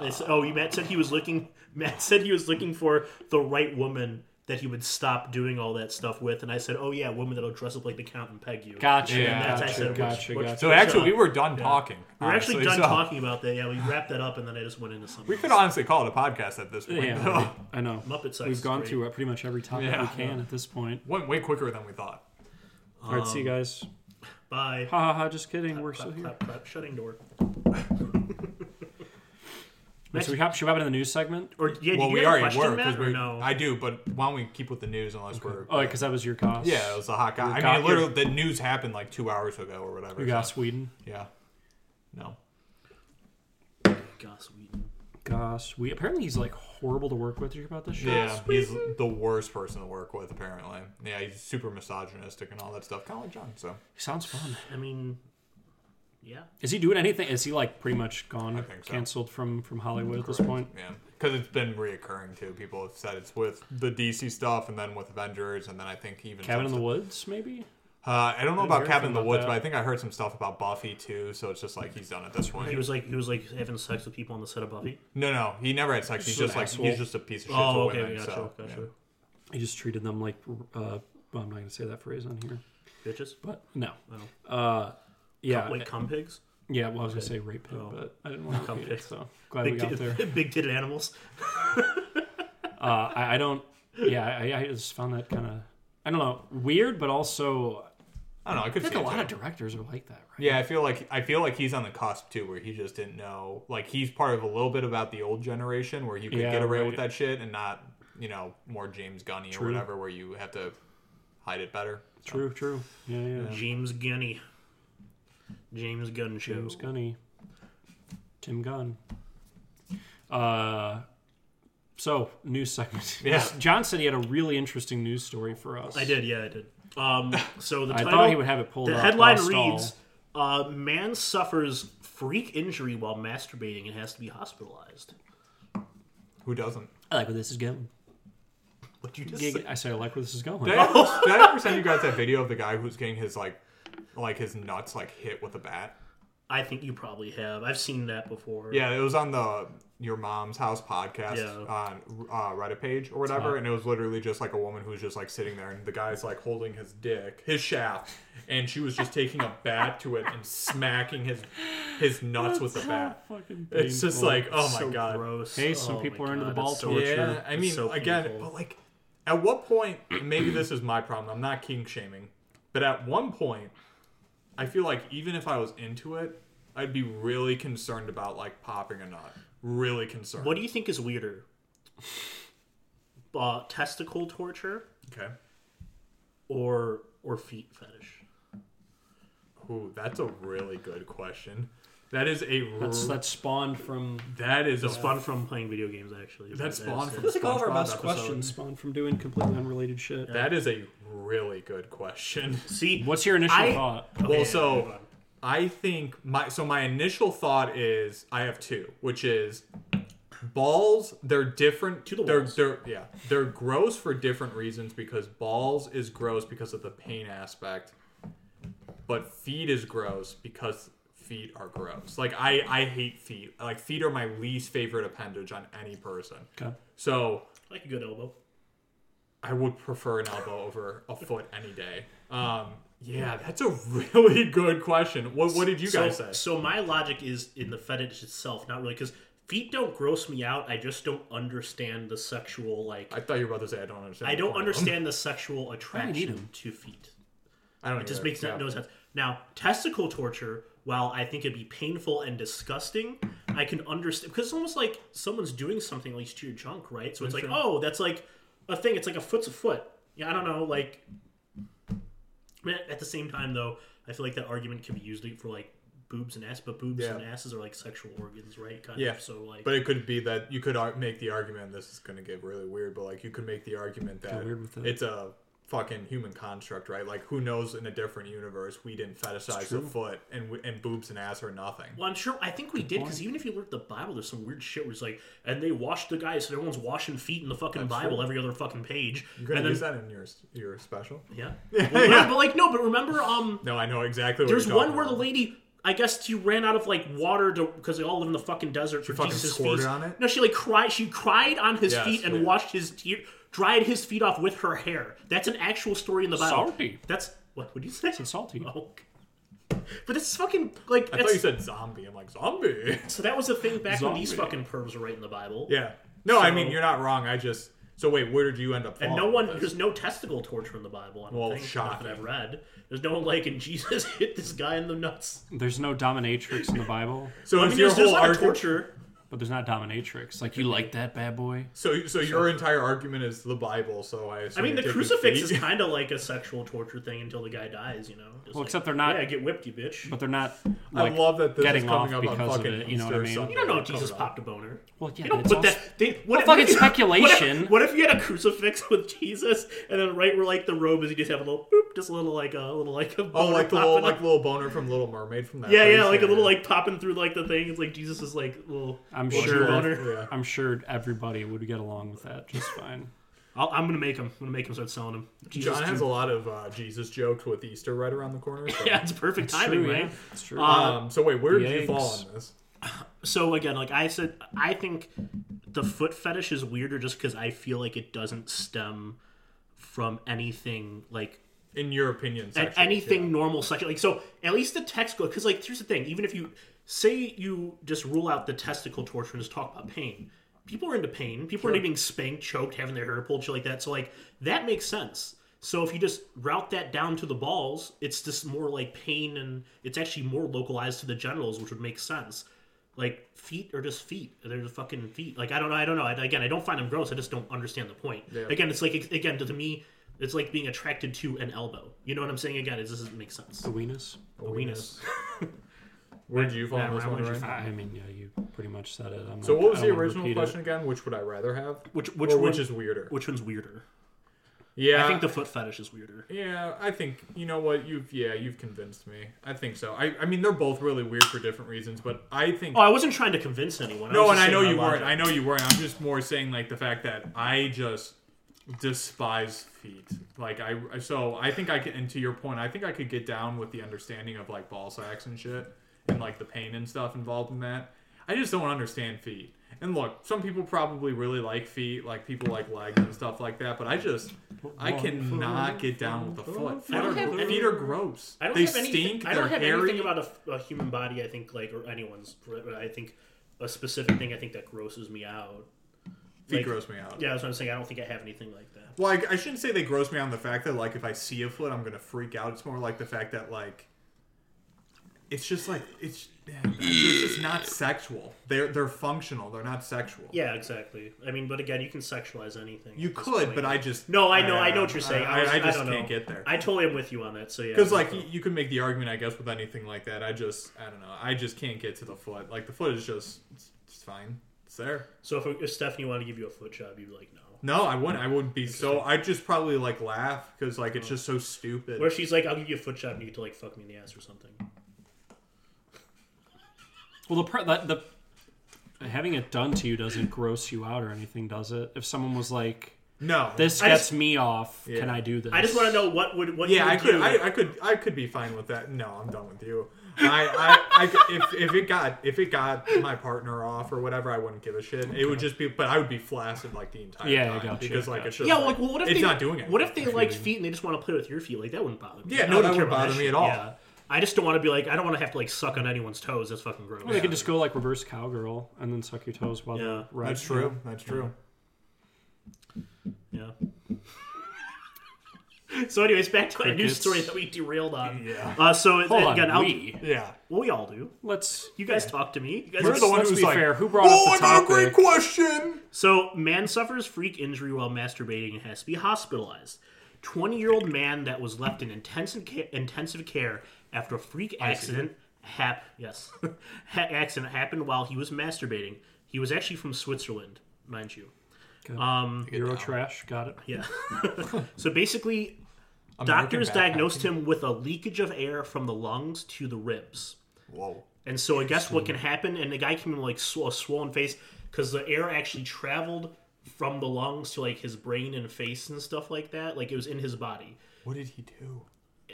It's- oh, you- Matt said he was looking. [LAUGHS] Matt said he was looking for the right woman that he would stop doing all that stuff with, and I said, "Oh yeah, a woman that'll dress up like the count and peg you." Gotcha. Yeah. That's gotcha. actually which- Gotcha. which- gotcha. So actually, we were done talking. We're actually honestly, done so- talking about that. Yeah, we wrapped that up, and then I just went into something. We could else. honestly call it a podcast at this point. Yeah, though. [LAUGHS] I know. Muppet sex is We've gone great. through uh, pretty much every topic Yeah. we can at this point. Went way quicker than we thought. All right, see you guys. Bye. Ha ha ha! Just kidding. We're still Clap, here. clap, clap. Shutting door. Wait, so we hop, should we hop into the news segment? Or yeah, Well, do you we have a already question, were Matt, because or we. no? I do, but why don't we keep with the news unless we're. Oh, because that was your cause. yeah, it was a hot guy. I got- mean, literally, the news happened like two hours ago or whatever. We got so- Sweden. Yeah. No. Goss Whedon. Gosh, we apparently he's like horrible to work with. Did you hear about this shit? Yeah, he's the worst person to work with, apparently. Yeah, he's super misogynistic and all that stuff, kind of like John. So He sounds fun. I mean, yeah. Is he doing anything? Is he like pretty much gone, think so. canceled from from Hollywood at this point? yeah, because it's been reoccurring too. People have said it's with the DC stuff, and then with Avengers, and then I think even Cabin in some the stuff- Woods, maybe. Uh, I don't know hear about Cabin in the anything Woods, about but that. I think I heard some stuff about Buffy too. So it's just like he's done at this point. He was like he was like having sex with people on the set of Buffy. no, no, he never had sex. He's an just like asshole. he's just a piece of shit Oh, to okay, women. gotcha, so, gotcha. He just treated them like. Uh, well, I'm not gonna say that phrase on here, Bitches. but no. Uh, yeah, Wait, cum pigs. yeah. Well, I was gonna say rape Oh. pig, but I didn't want to Cum repeat it. pig. So glad we Big, got there. titted, [LAUGHS] big titted animals. Uh, I, I don't. Yeah, I, I just found that kind of. I don't know, weird, but also I don't know. I could I think see a it, lot too. of directors are like that, right? Yeah, I feel like I feel like he's on the cusp too, where he just didn't know. Like he's part of a little bit about the old generation where you could Yeah, get away right. with that shit and not, you know, more James Gunny or whatever, where you have to hide it better. True, true. Yeah, yeah. James Gunny. James Gunn show. James Gunny. Tim Gunn. Uh, so news segment. Yeah. John said he had a really interesting news story for us. I did, yeah, I did. Um, so the [LAUGHS] I title, thought he would have it pulled The up, headline but I'll reads: uh, "Man suffers freak injury while masturbating and has to be hospitalized." Who doesn't? I like where this is going. What you just Gig- say? I said I like where this is going. [LAUGHS] Did I, ever, did I ever send you guys that video of the guy who's getting his like, like his nuts like hit with a bat? I think you probably have. I've seen that before. Yeah, it was on the your mom's house podcast Yeah. Uh-huh. on uh, Reddit page or whatever, and it was literally just like a woman who's just like sitting there, and the guy's like holding his dick, his shaft, and she was just taking a bat to it and smacking his his nuts with the bat. Fucking It's just painful. like, oh So my god. gross. Oh Hey, some my people are into the God, ball it's so torture. Yeah, I It's mean, so again, painful. but like, at what point? Maybe this is my problem. I'm not kink shaming, but at one point, I feel like even if I was into it, I'd be really concerned about like popping a nut. Really concerned. What do you think is weirder? Uh, testicle torture okay. or or feet fetish? Ooh, that's a really good question. That is a That's, r- that spawned from. that is a fun. Fun from playing video games, actually. That spawned from That's like all of our SpongeBob best episode. questions spawned from doing completely unrelated shit. That is a really good question. See, What's your initial I- thought? Well, hold so on. I think my so my initial thought is I have two, which is balls. They're different. To the they're, walls. they're yeah. They're gross for different reasons because balls is gross because of the pain aspect, but feet is gross because feet are gross. Like I I hate feet. Like feet are my least favorite appendage on any person. Okay. So I like a good elbow. I would prefer an elbow over a foot any day. Um, yeah, that's a really good question. What, what did you So, guys say? so my logic is in the fetish itself, not really because feet don't gross me out. I just don't understand the sexual like. I thought you were about to say I don't understand. I the don't point of them. understand the sexual need attraction 'em. to feet. [LAUGHS] I don't. It just makes no sense. Now, testicle torture, while I think it'd be painful and disgusting, I can understand because it's almost like someone's doing something at least to your junk, right? So it's like, oh, that's like a thing. It's like a foot's a foot. Yeah, I don't know. Like, I mean, at the same time, though, I feel like that argument can be used for like boobs and ass, but boobs Yeah. and asses are like sexual organs, right? Kind Yeah. of. So like, But it could be that you could ar- make the argument. This is going to get really weird, but like you could make the argument that weird with it. it's a fucking human construct, right? Like who knows in a different universe we didn't fetishize the foot and w- and boobs and ass are nothing. Well, I'm sure. I think we did because even if you look at the Bible, there's some weird shit where it's like, and they washed the guys, so everyone's washing feet in the fucking Bible every other fucking page. You're going and to then, use that in your your special. yeah. [LAUGHS] Well, yeah, but like no, but remember, um, No, I know exactly. what there's you're talking one where the about. lady, I guess she ran out of like water to because they all live in the fucking desert. She fucking squirted on it? No, she like cried. She cried on his Yes, feet and yeah. washed his tear, dried his feet off with her hair. That's an actual story in the Bible. Salty. That's what? What do you say? It's salty. [LAUGHS] Oh, God. but this is fucking like I thought that's- you said zombie. I'm like zombie. so that was the thing back when these Zombie. fucking pervs were writing the Bible. Yeah. No, I mean you're not wrong. I just so wait, where did you end up? And no falling one, with this? there's no testicle torture in the Bible. I don't Well, think not shocking. that I've read. There's no like, and [LAUGHS] Jesus hit this guy in the nuts. There's no dominatrix in the Bible. So I is mean, your there's, there's whole not a argument? torture. but there's not dominatrix. Like you like that bad boy? So, so your entire argument is the Bible. So I I. assume mean, you're the taking crucifix feet. is kind of like a sexual torture thing until the guy dies, you know. Just Well, like, except they're not- Yeah, get whipped, you bitch. But they're not. I Like, love that this getting is coming off up on because of fucking it. You know what I Easter mean? Sunday. you don't know if Coming Jesus up. popped a boner. Well, You yeah, but don't it's put also- that. They, what, fucking what if- What speculation. if, what if you had a crucifix [LAUGHS] with Jesus, and then right where like the robe is, you just have a little boop, just a little like a little like a [LAUGHS] Oh, boner like the popping little, up. like little boner from Little Mermaid from that. yeah, yeah, place, like a little like popping through like the thing. It's like Jesus is like little. I'm little sure. boner. Yeah. I'm sure everybody would get along with that just fine. I'll, I'm gonna make him. I'm gonna make him start selling him. Jesus John has Jew. a lot of uh, Jesus jokes with Easter right around the corner. So. [LAUGHS] yeah, it's perfect It's timing, true, right? yeah. It's true. Um. So wait, where did you Yikes. fall on this? So again, like I said, I think the foot fetish is weirder just because I feel like it doesn't stem from anything like In your opinion, and sexual, anything yeah. normal sexual. Like so, at least the testicle. Because like, here's the thing: even if you say you just rule out the testicle torture and just talk about pain, people are into pain. People are into being spanked, choked, having their hair pulled, shit like that. So like, that makes sense. So if you just route that down to the balls, it's just more like pain, and it's actually more localized to the genitals, which would make sense. Like feet are just feet; they're just fucking feet. Like I don't know, I don't know. I, again, I don't find them gross. I just don't understand the point. Again, it's like again to me, it's like being attracted to an elbow. You know what I'm saying? Again, it just doesn't make sense. the weenus. A weenus. Where did you fall on Yeah, this where one? did you Ryan? I mean, yeah, you pretty much said it. I'm So not- what was I the don't wanna original repeat it. question again? Which would I rather have? Which which or one, which is weirder? which one's weirder? yeah, I think the foot fetish is weirder. Yeah, I think you know what you've. Yeah, you've convinced me. I think so. I, I mean, they're both really weird for different reasons, but I think. Oh, I wasn't trying to convince anyone. no, was and just I know saying you my weren't. I logic. know you weren't. I'm just more saying like the fact that I just despise feet. Like I, I- so I think I can. And to your point, I think I could get down with the understanding of like ball sacks and shit, and like the pain and stuff involved in that. I just don't understand feet. And look, some people probably really like feet, like people like legs and stuff like that. But I just, I cannot get down with the foot. Feet I don't are, have any- feet are gross. I don't they have anything, stink. I don't they're have hairy. anything about a f- a, human body. I think like or anyone's. I think a specific thing. I think that grosses me out. feet like- gross me out. Yeah, that's what I'm saying. I don't think I have anything like that. Well, I, I shouldn't say they gross me on the fact that like if I see a foot, I'm gonna freak out. It's more like the fact that like it's just like it's it's just not sexual. They're they're functional. They're not sexual. Yeah, exactly. I mean, but again, you can sexualize anything. you at this could, point. but I just No, I know, I know what you're saying. I, I, was- I just don't can't know. get there. I totally am with you on that. So yeah, Because like you, you can make the argument, I guess, with anything like that. I just I don't know. I just can't get to the foot. Like the foot is just it's, it's fine. It's there. so if, if Stephanie wanted to give you a foot job, you'd be like no. No, I wouldn't. I wouldn't be so. I'd just probably like laugh because like Mm. it's just so stupid. Where she's like, I'll give you a foot job, and you get to like fuck me in the ass or something. Well, the pr- that, the having it done to you doesn't gross you out or anything, does it? If someone was like, No, "This I gets just- me off," Yeah. can I do this? I just want to know what would what Yeah, I you could, would do. I, I could, I could be fine with that. No, I'm done with you. I, I, I if, if it got, if it got my partner off or whatever, I wouldn't give a shit. It would just be, but I would be flaccid like the entire Yeah, I time gotcha, because like it's gotcha. just yeah, well, like, like, well, what if it's they, not doing it. What if they liked feet and they just want to play with your feet? Like that wouldn't bother me. Yeah, I no, wouldn't that care wouldn't about bother me shit. at all. Yeah. I just don't want to be like I don't want to have to like suck on anyone's toes. That's fucking gross. Well, they could just go like reverse cowgirl and then suck your toes while Yeah. they're right. That's true. That's true. Yeah. so, anyways, back to my news Crickets. story that we derailed on. Yeah. Uh, so it- Hold again, on, I'll- we. Yeah. well, we all do. Let's. You guys talk to me. You guys You're the one let's who's be like, fair. Who brought up oh, the another great topic?" question. So, man suffers freak injury while masturbating and has to be hospitalized. 20 year old man that was left in intensive ca- intensive care after a freak accident hap- yes [LAUGHS] ha- accident happened while he was masturbating. He was actually from Switzerland, mind you. Euro trash. Got it. Yeah. so basically, doctors backpacking. diagnosed him with a leakage of air from the lungs to the ribs. Whoa. And so I guess what can happen, and the guy came in like sw- a swollen face because the air actually traveled from the lungs to like his brain and face and stuff like that. Like it was in his body. What did he do?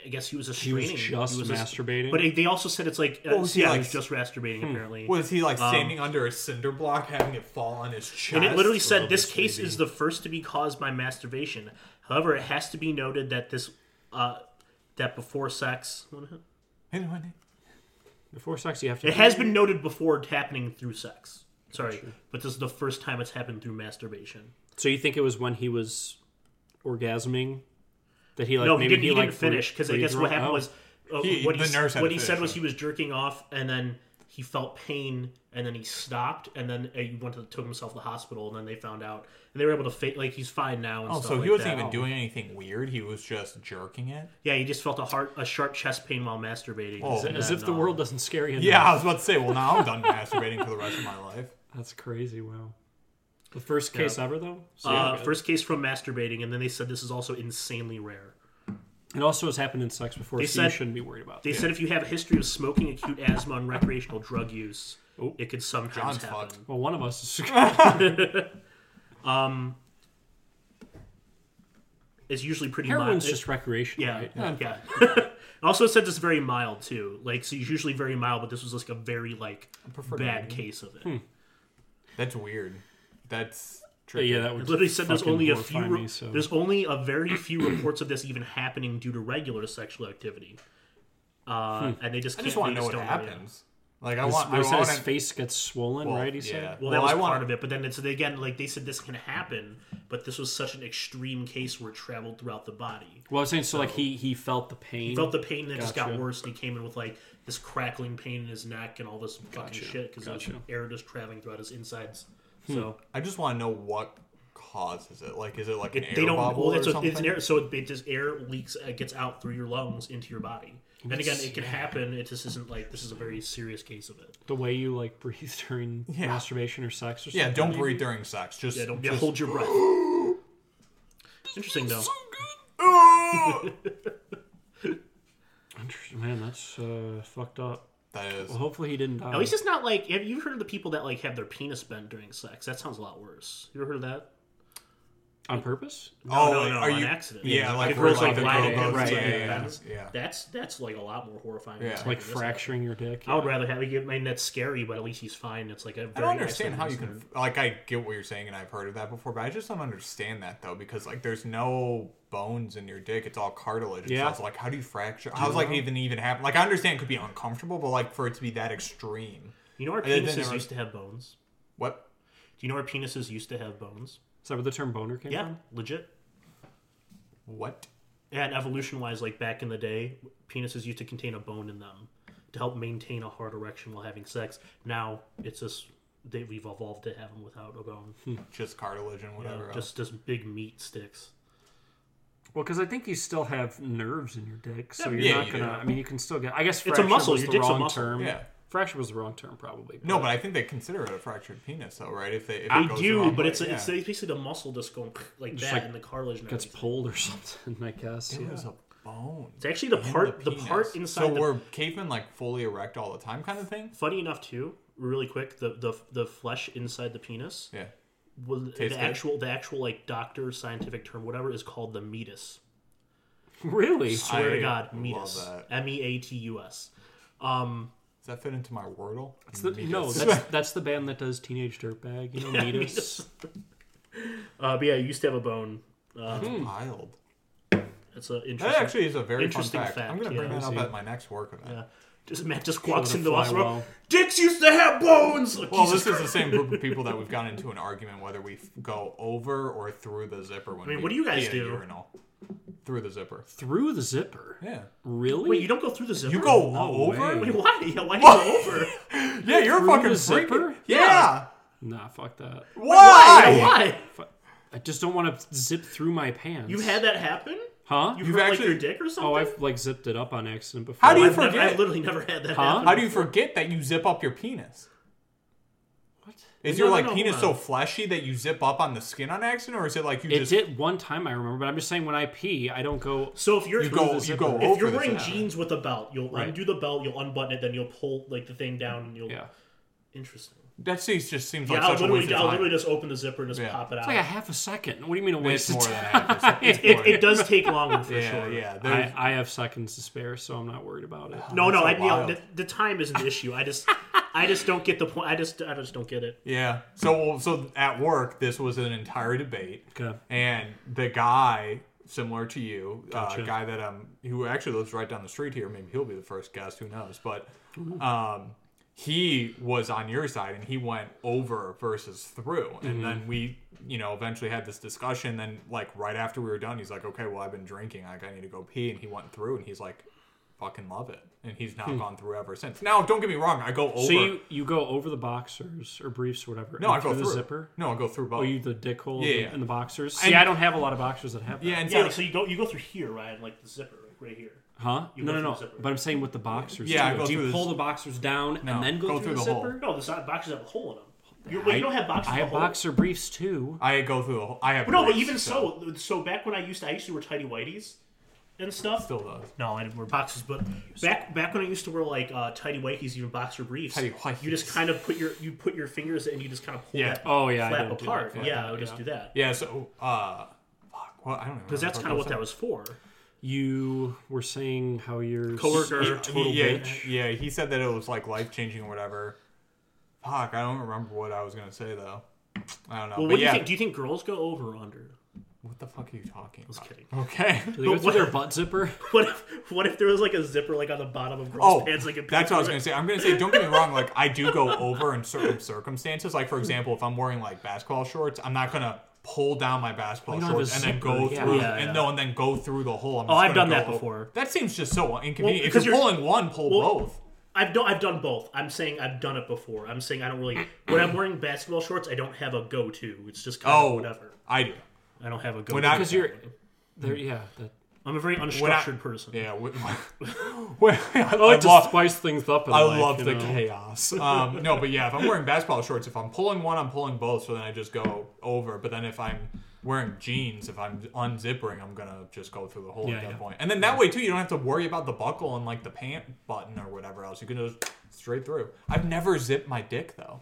I guess he was a He was straining. just he was a- masturbating. Hmm. but they also said it's like uh, was Oh, he yeah, like- he was just masturbating apparently. Was he like standing under a cinder block, having it fall on his chest? And it literally said Oh, Love this this case baby. is the first to be caused by masturbation. However, it has to be noted that this uh, that before sex Before sex, you have to. it has been noted before happening through sex. Sorry, but this is the first time it's happened through masturbation. So you think it was when he was orgasming that he like No, he maybe didn't. He, like didn't finish because I guess what happened was uh, He- what he, the s- nurse had what to he said finish was it. he was jerking off and then he felt pain and then he stopped and then uh, he went to took himself to the hospital and then they found out and they were able to fa- like he's fine now. And Oh, stuff so he like wasn't that. even doing anything weird. He was just jerking it. Yeah, he just felt a heart a sharp chest pain while masturbating. Oh. And As then, if the um, world doesn't scare you enough. Yeah, I was about to say. Well, now I'm done [LAUGHS] masturbating for the rest of my life. That's crazy. Wow. The first case ever, though. So, Uh, yeah. first case from masturbating, and then they said this is also insanely rare. it also has happened in sex before, They so you said- shouldn't be worried about. They that. said if you have a history of smoking, acute asthma, and recreational drug use, it could sometimes Oh, John's happen. fucked. Well, one of us [LAUGHS] is. [LAUGHS] It's usually pretty mild. Heroin's It- just recreational, yeah, right? yeah. also, [LAUGHS] it said it's very mild too. Like, so it's usually very mild, but this was like a very like bad case of it. Hmm. That's weird. That's But tricky. yeah, that would. It literally said there's fucking only a horrify few. me, so- There's only a very few reports of this even happening due to regular sexual activity. Uh, And they just Hmm. I can't, just they want to know what don't yet. happens. Like I His, want. I where he said want his face gets swollen, Well, right? He yeah. said. Well, that Well, was I part wanna- of it, but then it's again like they said this can happen, but this was such an extreme case where it traveled throughout the body. Well, I was saying so. Like he he felt the pain. He felt the pain, and it just got Gotcha. worse, and he came in with like this crackling pain in his neck and all this fucking shit because Gotcha. air just traveling throughout his insides. Hmm. So I just want to know what causes it. Like, is it like an it, air they don't. bubble Well, it's, or a, something? it's an air, so it, it just air leaks, uh, gets out through your lungs into your body. And again, it can happen. It just isn't like this is a very serious case of it. the way you like [LAUGHS] breathe during masturbation or sex or something. yeah, don't maybe? breathe during sex. Just, Yeah, don't yeah, just hold your breath. [GASPS] It's interesting though. [LAUGHS] [LAUGHS] Interesting, man. That's uh, fucked up. that is. Oh, Well, hopefully he didn't die. At least it's not like have you heard of the people that like have their penis bent during sex? That sounds a lot worse. You ever heard of that? on purpose. oh, no, like, no, are on you? accident. Yeah, Yeah, like like where, girls, like like, the lie girl down, goes. right, yeah, yeah, yeah, that's- yeah. That's that's like a lot more horrifying. Yeah. than Like Like this. fracturing your dick. I would rather have it get my that's scary, but at least he's fine. It's like a very I don't understand how you accident, can isn't like I get what you're saying and I've heard of that before, but I just don't understand that though because like there's no bones in your dick; it's all cartilage. and Yeah. stuff. So, like how do you fracture? How's like even even happen? Like I understand it could be uncomfortable, but like for it to be that extreme, it? You know our And then there penises are- used to have bones. what? Do you know our penises used to have bones? Is that where the term boner came Yeah, Mm-hmm. from? legit. What? And evolution wise, like back in the day, penises used to contain a bone in them to help maintain a hard erection while having sex. Now it's just they, we've evolved to have them without a bone. Just cartilage and whatever. else. just just big meat sticks. Well, because I think you still have nerves in your dick, so you're yeah, not you gonna. do. I mean, you can still get. I guess a fracture muscle, Was your the dick's a wrong muscle. term. Yeah. Fracture was the wrong term, probably. no, but I think they consider it a fractured penis though, right? If they if They it goes the do, wrong but way, it's, yeah. it's it's basically the muscle just going [CLEARS THROAT] like that, like and the cartilage and gets everything. pulled or [LAUGHS] something. I guess. It yeah. was a bone. It's actually the in part, the, penis. part inside. So the, we're cavemen like fully erect all the time, kind of thing. funny enough too. Really quick, the the, the flesh inside the penis, Yeah. well, Tastes the good. actual the actual like doctor scientific term whatever is called the meatus. Really? Swear I to God, love meatus. that. M e a t u s. Does that fit into my wordle? That's the- [LAUGHS] no, that's that's the band that does Teenage Dirtbag. You know, Meatus. Uh, but yeah, it used to have a bone. wild. That's an interesting. Hmm. That actually is a very Interesting fun fact. fact, I'm going to bring yeah. that up at my next work event. yeah. Just Matt just walks Doesn't into the fly office. well. Dicks used to have bones. Well, this is the same group of people that we've gotten into an argument whether we f- go over or through the zipper. When I mean, what do you guys do? Urinal. Through the zipper. Through the zipper. Yeah. Really? Wait, you don't go through the zipper. [LAUGHS] You go way. over? Wait, why? Yeah, [LAUGHS] why do you go over? Yeah, you're a fucking the freak. zipper? Yeah. Nah, fuck that. Why? Why? Why? I just don't want to zip through my pants. You had that happen? Huh? You You've hurt actually- like your dick or something? Oh, I've like zipped it up on accident before. How do you I've never- forget? I've literally never had that Huh? happen. How do you forget that you zip up your penis? What? Is No, your no, like no, hold penis on. so fleshy that you zip up on the skin on accident, or is it like you It just did one time I remember, but I'm just saying when I pee, I don't go. So if you're you go the you go zipper. over? if you're the wearing zipper? jeans with a belt, you'll Right. undo the belt, you'll unbutton it, then you'll pull like the thing down, and you'll. Yeah, Interesting. that seems- just seems Yeah, like I'll such a waste literally, I'll of literally time. just open the zipper and just Yeah. pop it out. like a half a second. What do you mean a waste It's of [LAUGHS] more than time? half a second. It's more it, than- it does take longer [LAUGHS] for Yeah, sure. yeah. I, there's- I have seconds to spare, so I'm not worried about it. No, no, so I, you know, wild. the, the time [LAUGHS] isn't the issue. I just, I just don't get the point. I just, I just don't get it. Yeah. So so at work, this was an entire debate, Okay. and the guy similar to you, Gotcha. uh, guy that um who actually lives right down the street here. Maybe he'll be the first guest. Who knows? But um, he was on your side, and he went over versus through, Mm-hmm. and then we you know eventually had this discussion. Then like right after we were done, he's like, okay, well I've been drinking, like I need to go pee, and he went through, and he's like. fucking love it, and he's not gone through ever since. Now, don't get me wrong, I go over. Hmm. So you, you go over the boxers or briefs or whatever. no, and I go through, the zipper. No, I go through both. Oh, you the dick hole Yeah, in- yeah. in the boxers. See, And- I don't have a lot of boxers that have that. yeah, and Yeah, so, like, so you go you go through here, right? and, Like the zipper, like right here. Huh? You no, go no, through no. the zipper. But I'm saying with the boxers. Yeah, I too. go Do through you the pull z- the boxers down No, and then go, through, the, hole. zipper? No, the side boxes have a hole in them. You're, wait, you don't have boxes. I with a have hole. boxer briefs too. I go through. the whole- I have. But no, but briefs, even so, so back when I used to, I used to wear tidy whities and stuff. still does. No, I didn't wear boxers, but back back when I used to wear like uh, tidy whities, even boxer briefs, Tidy whities. you just kind of put your you put your fingers and you just kind of pull Yeah. that Oh, yeah, I flap didn't do apart. that. yeah, I would just do that Yeah. So, uh, fuck. Well, I don't know. because that's kind of what that was for. You were saying how your Coworker. you're a total yeah, bitch. yeah. He said that it was like life changing or whatever. Fuck, I don't remember what I was gonna say though. I don't Well, know. but what do yeah, you think? Do you think girls go over or under? what the fuck are you talking about? kidding. [LAUGHS] Okay. [LAUGHS] Do they go But through their what- butt zipper? What if what if there was like a zipper like on the bottom of girls' Oh, pants? Like a that's what I was gonna say. I'm gonna say, don't get me wrong. Like, I do go over in certain circumstances. Like, for example, if I'm wearing like basketball shorts, I'm not gonna pull down my basketball You don't have shorts a and then zipper, go yeah. through Yeah, yeah. and no, and then go through the hole. I'm Oh, just I've done gonna go that over. before. That seems just so inconvenient. if because you're, you're- pulling one, pull Well, both. I've done I've done both. I'm saying I've done it before. I'm saying I don't really when I'm wearing basketball shorts, I don't have a go to. It's just kind Oh, of whatever. I do. I don't have a go. When to. I- Because you're there. Yeah. [LAUGHS] That, I'm a very When I- unstructured person. Yeah. When, when- I, I like to love, spice things up. In I life, love you the know? [LAUGHS] chaos. Um, no, but yeah, if I'm wearing basketball shorts, if I'm pulling one, I'm pulling both. So then I just go over. But then if I'm wearing jeans, if I'm unzippering, I'm gonna just go through the hole Yeah, at that yeah. point. And then that way too, you don't have to worry about the buckle and like the pant button or whatever else. You can just straight through. I've never zipped my dick though.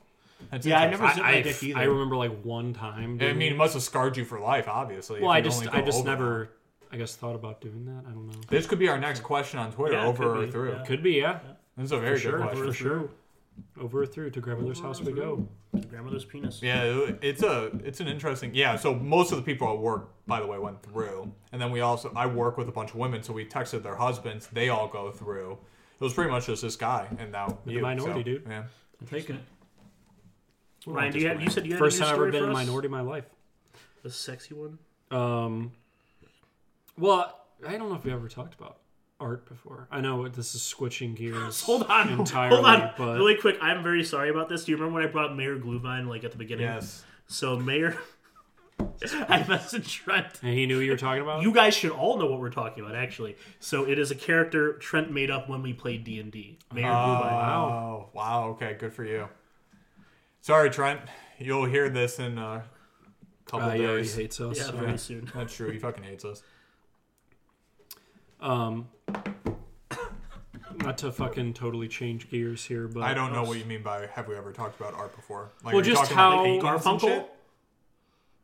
That's Yeah, I've interesting. never zipped my I, dick I, either. I remember like one time. I doing mean, it must have scarred you for life, obviously. if Well, I you just, only go I just over. never, I guess, thought about doing that. I don't know. This could be our next question on Twitter, Yeah, it over could or be, through. yeah. Could be, yeah, This is a very for sure, good question. for sure. Over or through to grandmother's house we go. Grandmother's penis. Yeah, it- it's a it's an interesting yeah. So most of the people at work, by the way, went through, and then we also I work with a bunch of women, so we texted their husbands. They all go through. It was pretty much just this guy and now you. minority, so, dude. Yeah. I'm taking it. Ryan, do you, have, you said you had First a news time I've ever story been for in a us? minority in my life. The sexy one. Um, well, I don't know if we ever talked about art before. I know this is switching gears. [LAUGHS] Hold on, entirely, hold on, but really quick. I'm very sorry about this. Do you remember when I brought up Mayor Glühwein like at the beginning? Yes. So Mayor, [LAUGHS] I messaged Trent. and he knew you were talking about. You guys should all know what we're talking about, actually. So it is a character Trent made up when we played D and D. Mayor Ah, Glühwein. Wow. Oh, Wow. Okay. Good for you. Sorry, Trent. You'll hear this in a couple uh, yeah, he days. hates us. Yeah, so- very soon. That's true. He fucking hates us. Um, not to fucking totally change gears here, but I don't know what you mean by have we ever talked about art before? Like, Well, are you just talking about how- paintings and Garfunkel? shit?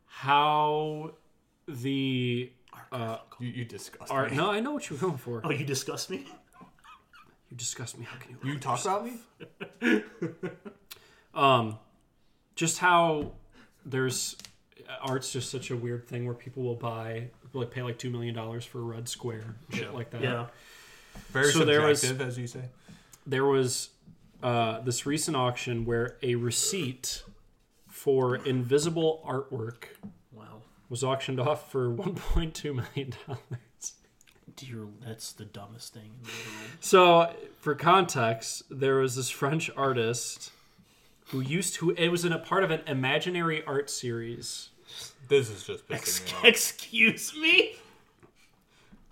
how the You, you disgust art. [LAUGHS] me. No, I know what you're going for. Oh, you disgust me. You disgust me. How can you? You talk about me? just how there's uh, art's just such a weird thing where people will buy like pay like two million dollars for a red square and shit like that. Yeah. Very So there was- subjective, as you say. There was uh, this recent auction where a receipt for invisible artwork Wow. was auctioned off for [LAUGHS] one point two million dollars. Dear, that's the dumbest thing. in the world. So, for context, there was this French artist who used to it was in a part of an imaginary art series. This is just pissing me off. Excuse me.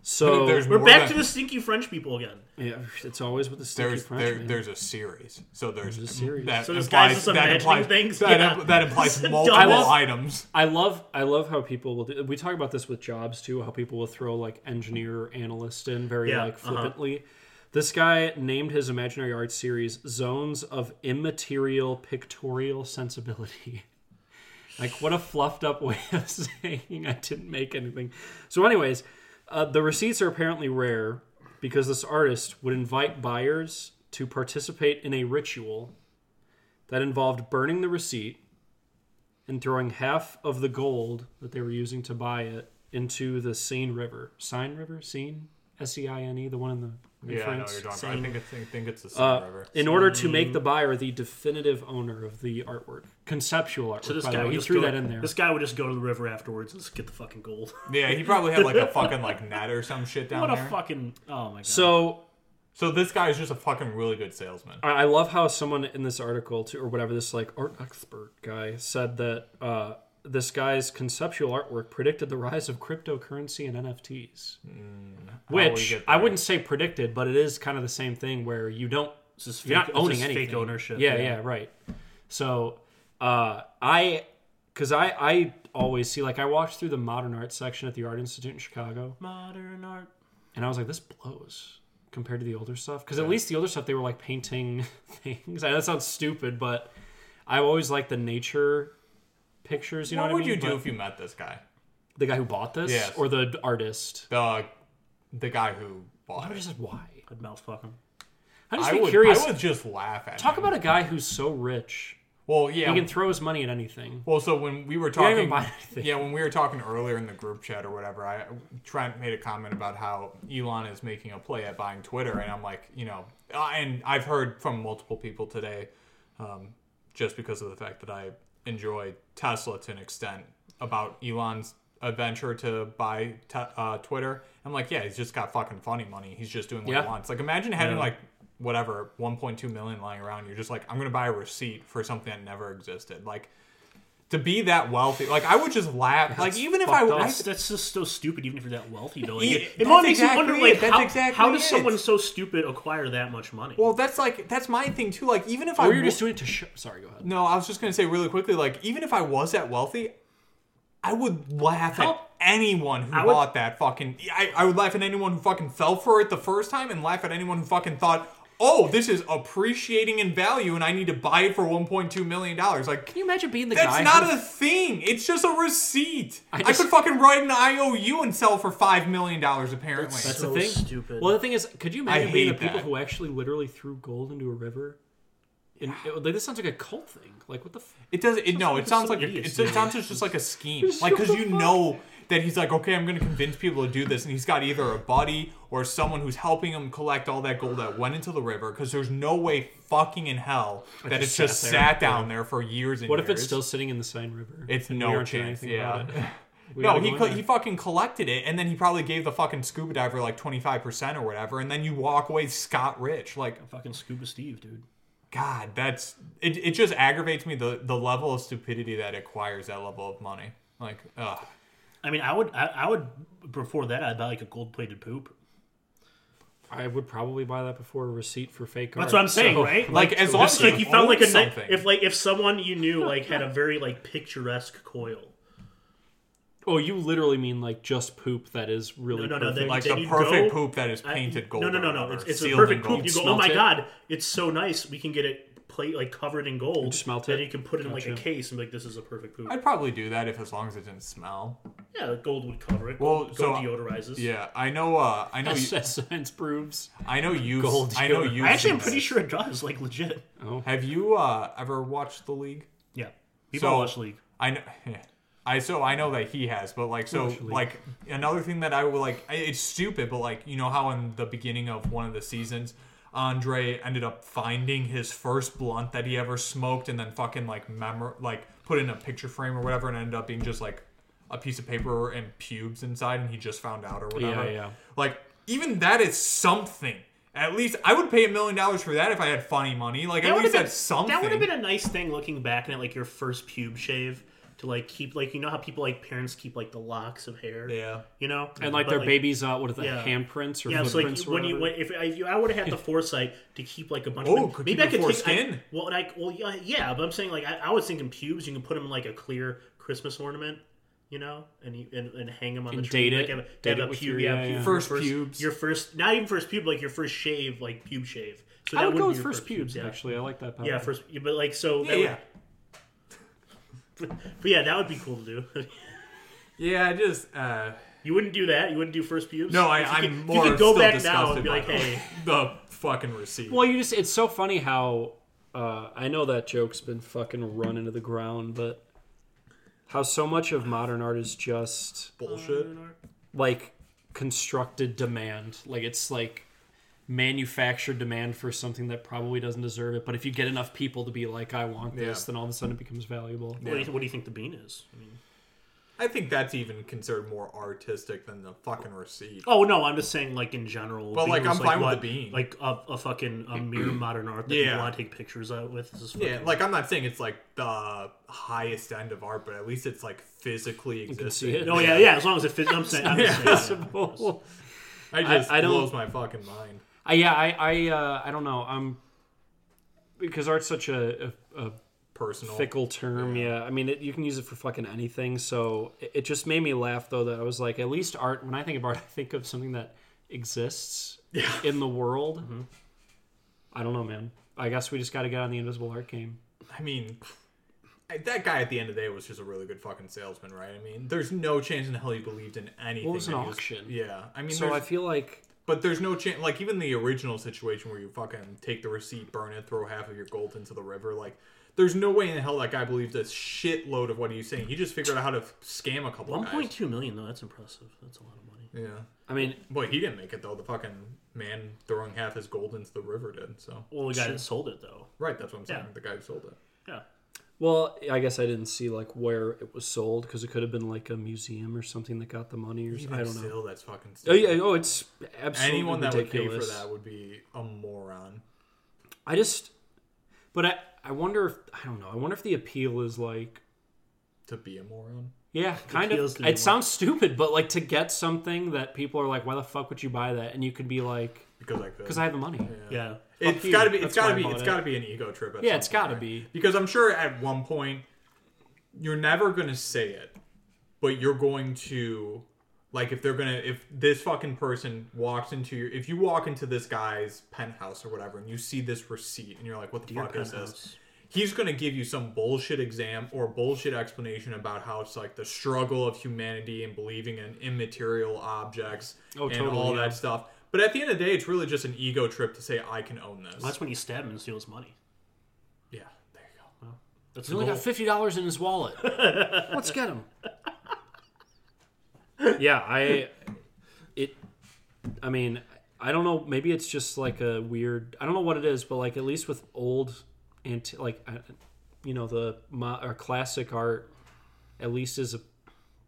So There's We're more back than- to the stinky French people again. yeah, it's always with the stinky there's French there, man. there's a series, so there's, a series. That So this guy's implies, just that imagining implies, things? That, Yeah. im- that implies This is multiple dumb. I was- items. I love I love how people will do. We talk about this with jobs too. How people will throw like engineer or analyst in very Yeah, like uh-huh. flippantly. This guy named his imaginary art series "Zones of Immaterial Pictorial Sensibility." [LAUGHS] like what a fluffed up way [LAUGHS] of saying I didn't make anything. So, anyways, uh, the receipts are apparently rare because this artist would invite buyers to participate in a ritual that involved burning the receipt and throwing half of the gold that they were using to buy it into the Seine River. Seine River? Seine? S E I N E, the one in the in Yeah, I know France. what you're talking about. I think it's, I think it's the same Uh, river. In order to make the buyer the definitive owner of the artwork, conceptual artwork. So this by guy the would way, he just threw go- that in there. This guy would just go to the river afterwards and just get the fucking gold. [LAUGHS] Yeah, he probably had like a fucking like net or some shit down what a there. fucking oh my god. So So this guy is just a fucking really good salesman. I I love how someone in this article too, or whatever this like art expert guy said that uh, this guy's conceptual artwork predicted the rise of cryptocurrency and NFTs, Mm. which get I wouldn't say predicted, but it is kind of the same thing where you don't This is you're not fake- this owning is anything. Fake ownership. Yeah, yeah, right. So uh, I, because I I always see like I walked through the modern art section at the Art Institute in Chicago, Modern art. and I was like, this blows compared to the older stuff. Because at least the older stuff, they were like painting [LAUGHS] things. I know that sounds stupid, but I always liked the nature pictures. You know what, what, would I mean? you do But if you met this guy? the guy who bought this, Yes. or the artist? The the guy who I bought would it. just why? I'd mouth fuck him. I'm just I be would, curious. I would just laugh at Talk him. about a guy who's so rich. Well, yeah. He can throw his money at anything. well, so when we were can't even talking, buy anything. yeah, when we were talking earlier in the group chat or whatever, I Trent made a comment about how Elon is making a play at buying Twitter, and I'm like, you know, uh, and I've heard from multiple people today, um, just because of the fact that I enjoy Tesla to an extent about Elon's adventure to buy te- uh, Twitter. I'm like, yeah, he's just got fucking funny money. He's just doing what Yeah. he wants. Like, imagine having like whatever 1.2 million lying around. You're just like, I'm gonna buy a receipt for something that never existed. Like. To be that wealthy, like I would just laugh. Like even if I, fucked I up. That's, that's just so stupid. Even if you're that wealthy, though, like, Yeah, it, it that's all makes exactly you wonder, it. like, That's how, exactly how does it. someone so stupid acquire that much money? Well, that's like that's my thing too. Like even if I Or you're wa- just doing it to show. Sorry, go ahead. no, I was just gonna say really quickly. Like even if I was that wealthy, I would laugh at How- anyone who I would- bought that fucking. I, I would laugh at anyone who fucking fell for it the first time, and laugh at anyone who fucking thought, "Oh, this is appreciating in value, and I need to buy it for 1.2 million dollars." Like Can you imagine being the that's guy? not who- a thing. It's just a receipt. I, just- could fucking write an IOU and sell for five million dollars. Apparently, That's So the thing. stupid. Well, the thing is, could you imagine being the hate people that. who actually literally threw gold into a river? And it, like, this sounds like a cult thing. Like what the? F- It does. It no. It sounds some like it, idiots it do that. sounds just like a scheme. Like because you know that he's like, okay, I'm going to convince people to do this, and he's got either a buddy or someone who's helping him collect all that gold that went into the river. Because there's no way fucking in hell that it's just just sat sat, there. down there for years and what if it's years. still sitting in the Seine River? It's and we no aren't doing chance. anything Yeah. about [LAUGHS] it? We No, gotta he go in co- there. he fucking collected it, and then he probably gave the fucking scuba diver like twenty five percent or whatever, and then you walk away scot rich. Like fucking Scuba Steve, dude. God, that's it. It just aggravates me the the level of stupidity that acquires that level of money. Like, ugh. I mean, I would, I, I would. Before that, I'd buy like a gold-plated poop. [LAUGHS] I would probably buy that before a receipt for fake art. That's what I'm saying, so- right? Like, as long just as you like you found own like a ni- something. if like if someone you knew like had a very like picturesque coil. Oh, you literally mean like just poop that is really No, no, no, perfect. they- like Then the you perfect go- poop that is I- painted gold. No, no, no, or no. whatever, It's, it's a sealed perfect in gold. poop. You go, oh Smelt my it. god, it's so nice. We can get it plate like covered in gold. smelt and it? you can put it in like a Gotcha. case and be like, this is a perfect poop. I'd probably do that if as long as it didn't smell. yeah, the gold would cover it. Well, gold so- deodorizes. Yeah, I know. Uh, I know. As [LAUGHS] You, science proves. [LAUGHS] I know you. Gold I know deodorant. you. I actually am pretty sure it does. Like legit. Have you uh, ever watched the league? Yeah. People So- watch league. I know. yeah. [LAUGHS] I so I know that he has, but like so like another thing that I would like I- it's stupid, but like you know how in the beginning of one of the seasons, Andre ended up finding his first blunt that he ever smoked, and then fucking like memor like put in a picture frame or whatever, and ended up being just like a piece of paper and pubes inside, and he just found out or whatever. yeah. Like even that is something. At least I would pay a million dollars for that if I had funny money. Like at would've least been- that's something. That would have been a nice thing looking back at like your first pube shave to like keep like you know how people like parents keep like the locks of hair. yeah. You know, And like But, their babies, uh, what are the yeah. handprints or Yeah, so like footprints? or when you whatever? when, if, if you, I would have had the foresight to keep like a bunch. Oh, of could maybe keep I your could take. foreskin? I, well, like well, yeah, yeah, but I'm saying like I, I was thinking pubes. You can put them in like a clear Christmas ornament, you know, and you and, and hang them on And the tree. date like, it. have a, Date have it a with pube, your- yeah, yeah, pube, yeah. your First pubes. your first, not even first pube, like your first shave, like pube shave. So I that would go be with your first pubes. yeah. Actually, I like that. Yeah, pattern. first, but like so, Yeah. that yeah. Would, but yeah, that would be cool to do. [LAUGHS] Yeah, I just uh you wouldn't do that. You wouldn't do first pubes. No, I, If you I'm could, if more You could go still back now and disgusted be like, by the- hey. [LAUGHS] the fucking receipt. Well, you just, it's so funny how, uh, I know that joke's been fucking run into the ground, but how so much of modern art is just bullshit. like constructed demand. Like it's like manufactured demand for something that probably doesn't deserve it. But if you get enough people to be like, I want this, Yeah. then all of a sudden it becomes valuable. What, do you, what do you think the bean is? I mean, I think that's even considered more artistic than the fucking receipt. Oh no, I'm just saying like in general. But, like, being I'm just, fine with what- the bean. Like a, a fucking a [CLEARS THROAT] mere modern art that Yeah. people want to take pictures out with. This is Yeah, fucking- like I'm not saying it's like the highest end of art, but at least it's like physically see existing. it. No, Oh, yeah, yeah. As long as it fits, I'm saying. I'm just saying, yeah. Possible. I just I- I don't- blows my fucking mind. I, yeah, I I uh, I don't know. I'm because art's such a, a, a Personal. fickle term. Yeah, I mean, it, you can use it for fucking anything. So it, it just made me laugh though that I was like, at least art. When I think of art, I think of something that exists in the world. I don't know, man. I guess we just got to get on the invisible art game. I mean, I- that guy at the end of the day was just a really good fucking salesman, right? I mean, there's no chance in hell he believed in anything. Well, it was an that he auction. yeah, I mean, So I there's- feel like but there's no chance. Like even the original situation where you fucking take the receipt, burn it, throw half of your gold into the river, like. There's no way in hell that guy believed a shitload of what he was saying. He just figured out how to f- scam a couple of guys. 1.2 million though. That's impressive. That's a lot of money. Yeah. I mean, Boy, he didn't make it though. The fucking man throwing half his gold into the river did. So Well, the guy that sold it though. right, that's what I'm saying. Yeah. The guy who sold it. Yeah. well, I guess I didn't see like where it was sold because it could have been like a museum or something that got the money or something. I don't know. Still, that's fucking. Oh yeah, oh it's absolutely Anyone that ridiculous. would pay for that would be a moron. I just, but I, I wonder if I don't know. I wonder if the appeal is like, To be a moron. yeah, kind appeal's of. to It be like- sounds stupid, but like to get something that people are like, why the fuck would you buy that? And you could be like, Because I could. because I have the money. Yeah. it's you, gotta be. that's It's gotta why I be. bought It's it. gotta be an ego trip. At Yeah, some it's point, gotta right? be. Because I'm sure at one point you're never gonna say it, but you're going to like if they're gonna if this fucking person walks into your if you walk into this guy's penthouse or whatever and you see this receipt and you're like, what the Your fuck is this? penthouse. he's going to give you some bullshit exam or bullshit explanation about how it's like the struggle of humanity and believing in immaterial objects Oh, and totally, all yeah. that stuff. But at the end of the day, it's really just an ego trip to say I can own this. That's when you stab him and steal his money. yeah, there you go. That's He's the only goal. got fifty dollars in his [LAUGHS] wallet. Let's get him. Yeah, I, it, I mean, I don't know. Maybe it's just like a weird. I don't know what it is, but like at least with old, anti- like, I- you know, the mo- or classic art, at least is a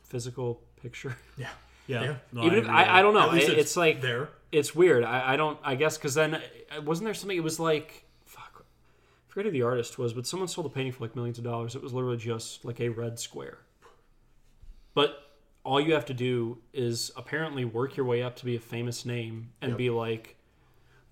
physical picture. Yeah, Yeah. Yeah. No, Even if Oh, agree. I, I don't know. At least It- it's, like there. it's weird. I, I don't. I guess because then uh, wasn't there something? It was like fuck. I forget who the artist was, but someone sold a painting for like millions of dollars. It was literally just like a red square. But all you have to do is apparently work your way up to be a famous name and be like,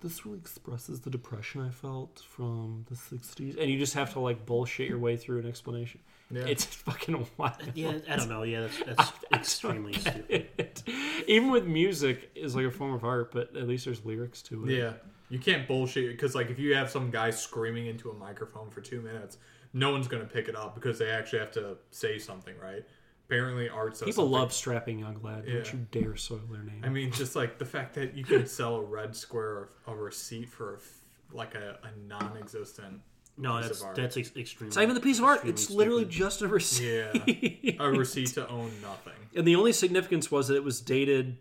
this really expresses the depression I felt from the '60s, and you just have to like bullshit your way through an explanation. It's [LAUGHS] fucking wild. [LAUGHS] Yeah, I don't know. Yeah, that's, that's extremely stupid. Even with music is like a form of art, but at least there's lyrics to it. Yeah, you can't bullshit because like if you have some guy screaming into a microphone for two minutes, no one's going to pick it up because they actually have to say something, right? Apparently, art says People something. love strapping young lad. Don't Yeah. you dare soil their name. I mean, just like the fact that you could sell a red square of a receipt for a f like a, [LAUGHS] a non-existent. No, Piece of that's art. that's ex- extremely. it's not even a piece of art. extremely It's literally stupid. just a receipt. Yeah, a receipt to own nothing. And the only significance was that it was dated.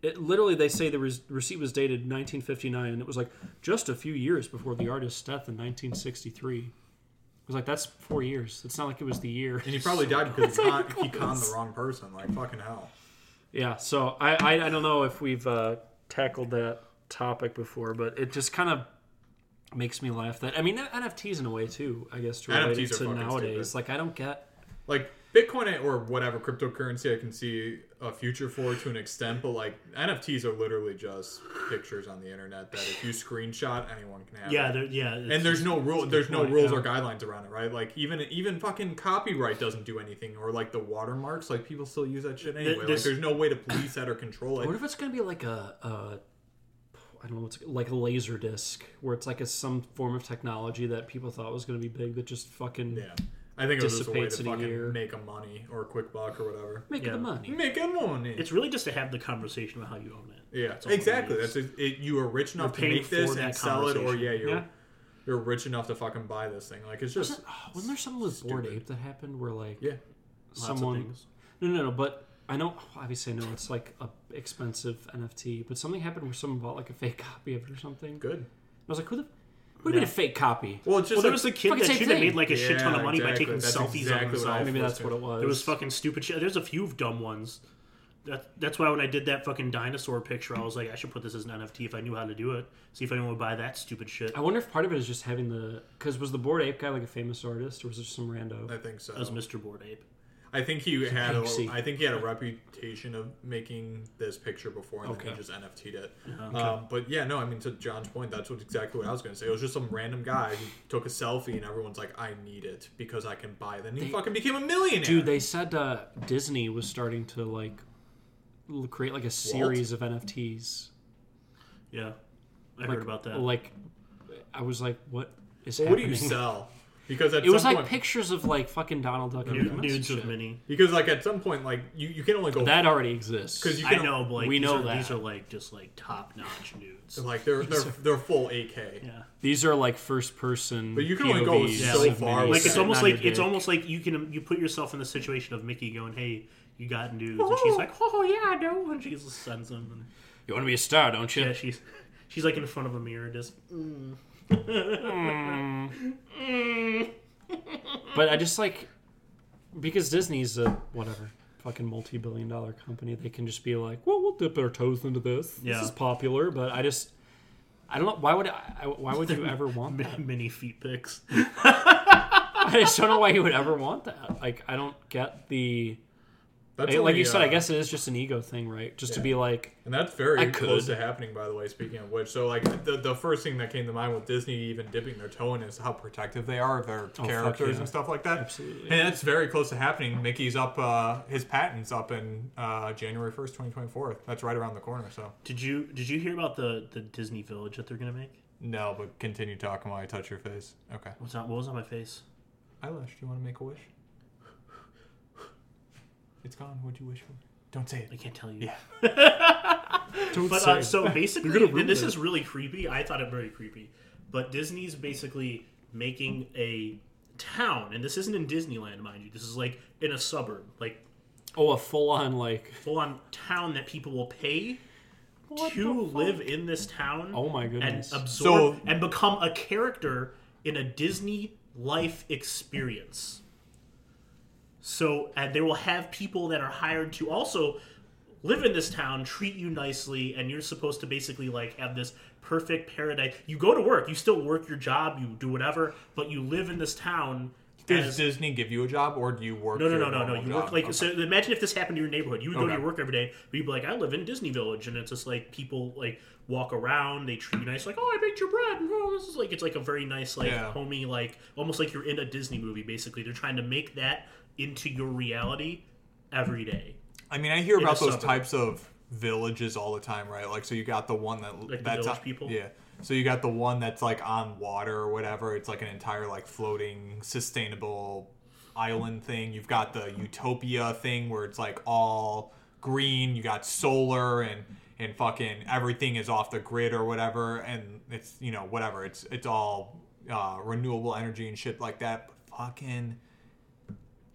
It, literally, they say the re- receipt was dated 1959, and it was like just a few years before the artist's death in 1963. It was like that's four years. It's not like it was the year. And he probably died because he, con- he conned the wrong person. Like fucking hell. [LAUGHS] Yeah, so I, I, I don't know if we've uh, tackled that topic before, but it just kind of makes me laugh that I mean NFTs in a way too, I guess to relate it NFTs are to fucking nowadays. stupid. Like I don't get Like Bitcoin or whatever cryptocurrency, I can see a future for to an extent, but like NFTs are literally just pictures on the internet that if you screenshot, anyone can have. Yeah, it. there, yeah. and there's no rule there's no point, rules yeah. or guidelines around it right like even even fucking copyright doesn't do anything or like the watermarks like people still use that shit anyway this- like there's no way to police that or control what it if it's gonna be like a, a I don't know what's like a laser disc where it's like a some form of technology that people thought was gonna be big that just fucking yeah i think it was just a way dissipates to in a year. fucking make a money or a quick buck or whatever make Yeah. the money. make a money It's really just to have the conversation about how you own it. yeah That's all it exactly is. that's it, it you are rich enough to paying make this for that and sell it or conversation. yeah you're Yeah. you're rich enough to fucking buy this thing like it's just Ah, Wasn't there something with Bored Stupid. Ape that happened where like [SIGHS] yeah Lots of someone things. No, no, no. But I know, obviously, I know it's like a expensive NFT, but something happened where someone bought like a fake copy of it or something. I good was like, who the? We made a fake copy. Well, it's just Well, there like- was the kid fucking that same should have thing. made like a shit ton of Yeah, money by exactly. taking That's selfies exactly on what I himself. Maybe that's what it was. There was fucking stupid shit. There's a few dumb ones. That, that's why when I did that fucking dinosaur picture, I was like, I should put this as an NFT if I knew how to do it. See if anyone would buy that stupid shit. I wonder if part of it is just having the because was the board ape guy like a famous artist or was it just some I rando? think so. As Mr. Board Ape. I think he had a, Banksy. I think he had a reputation of making this picture before, and then Okay. Uh-huh. he just NFT'd it. Um, but yeah, no, I mean to John's point, that's what exactly what I was going to say. It was just some random guy who took a selfie, and everyone's like, "I need it because I can buy." it." Then he fucking became a millionaire. Dude, they said uh, Disney was starting to like l- create like a series of NFTs. Yeah. I Like, heard about that. Like, I was like, what is Well, what do happening? you sell? Because at It was some like point, pictures of like fucking Donald Duck and Nude- Kermit and Nudes with shit. Minnie. because like at some point, like you, you can only go That already exists. [LAUGHS] 'Cause you I can- know, but like, we these, know are, that. these are like just like top notch nudes. like they're they're they're full AK. Yeah. These are like first person. But you can only go POVs so of far Minnie with Like it's Sitting sitting almost on your like it's dick. almost like you can you put yourself in the situation of Mickey going, "Hey, you got nudes," and she's like, "Oh yeah, I know," and she just sends them. And, You want to be a star, don't you? yeah, she's she's like in front of a mirror, just But I just like because Disney's a whatever fucking multi-billion dollar company, they can just be like, "Well, we'll dip our toes into this. Yeah. This is popular." But I just I don't know why would I, I- why would you ever [LAUGHS] want that? mini feet pics. I just don't know why you would ever want that. Like I don't get the That's like only, you said. I uh, guess it is just an ego thing, right? Just to Yeah. be like, And that's very I close could. to happening, by the way. Speaking of which, so like the, the first thing that came to mind with Disney even dipping their toe in is how protective they are of their fuck characters yeah. and stuff like that. Absolutely. and that's very close to happening. Mickey's up, uh, his patent's up in uh, January first, twenty twenty four. That's right around the corner. So Did you did you hear about the the Disney Village that they're gonna make? no, but continue talking while I touch your face. Okay, What's on, what was on my face? eyelash. Do you want to make a wish? It's gone. What'd you wish for? Don't say I it. can't tell you. Yeah. [LAUGHS] don't But say uh, so basically, [LAUGHS] You're gonna ruin this it. is really creepy. I thought it very creepy, but Disney's basically making a town, and this isn't in Disneyland, mind you. This is like in a suburb, like oh a full on like full on town that people will pay to live in this town. Oh my And goodness. absorb and become a character in a Disney life experience. So, and they will have people that are hired to also live in this town, treat you nicely, and you're supposed to basically like have this perfect paradise. You go to work, you still work your job, you do whatever, but you live in this town. Does As, Disney give you a job, or do you work? no, no, your no, no, no. normal You work job? like Okay. so. Imagine if this happened to your neighborhood. You would go Okay. to your work every day, but you'd be like, "I live in Disney Village," and it's just like people like walk around. They treat you nice, like, "Oh, I baked your bread." And, oh, this is like it's like a very nice, like Yeah. homey, like almost like you're in a Disney movie. Basically, they're trying to make that into your reality every day. I mean, I hear about the those suburb. types of villages all the time, right? Like, so you got the one that the that's village people? yeah. So you got the one that's like on water or whatever. It's like an entire like floating sustainable island thing. You've got the utopia thing where it's like all green. You got solar and and fucking everything is off the grid or whatever. And it's you know whatever. It's it's all uh, renewable energy and shit like that. But fucking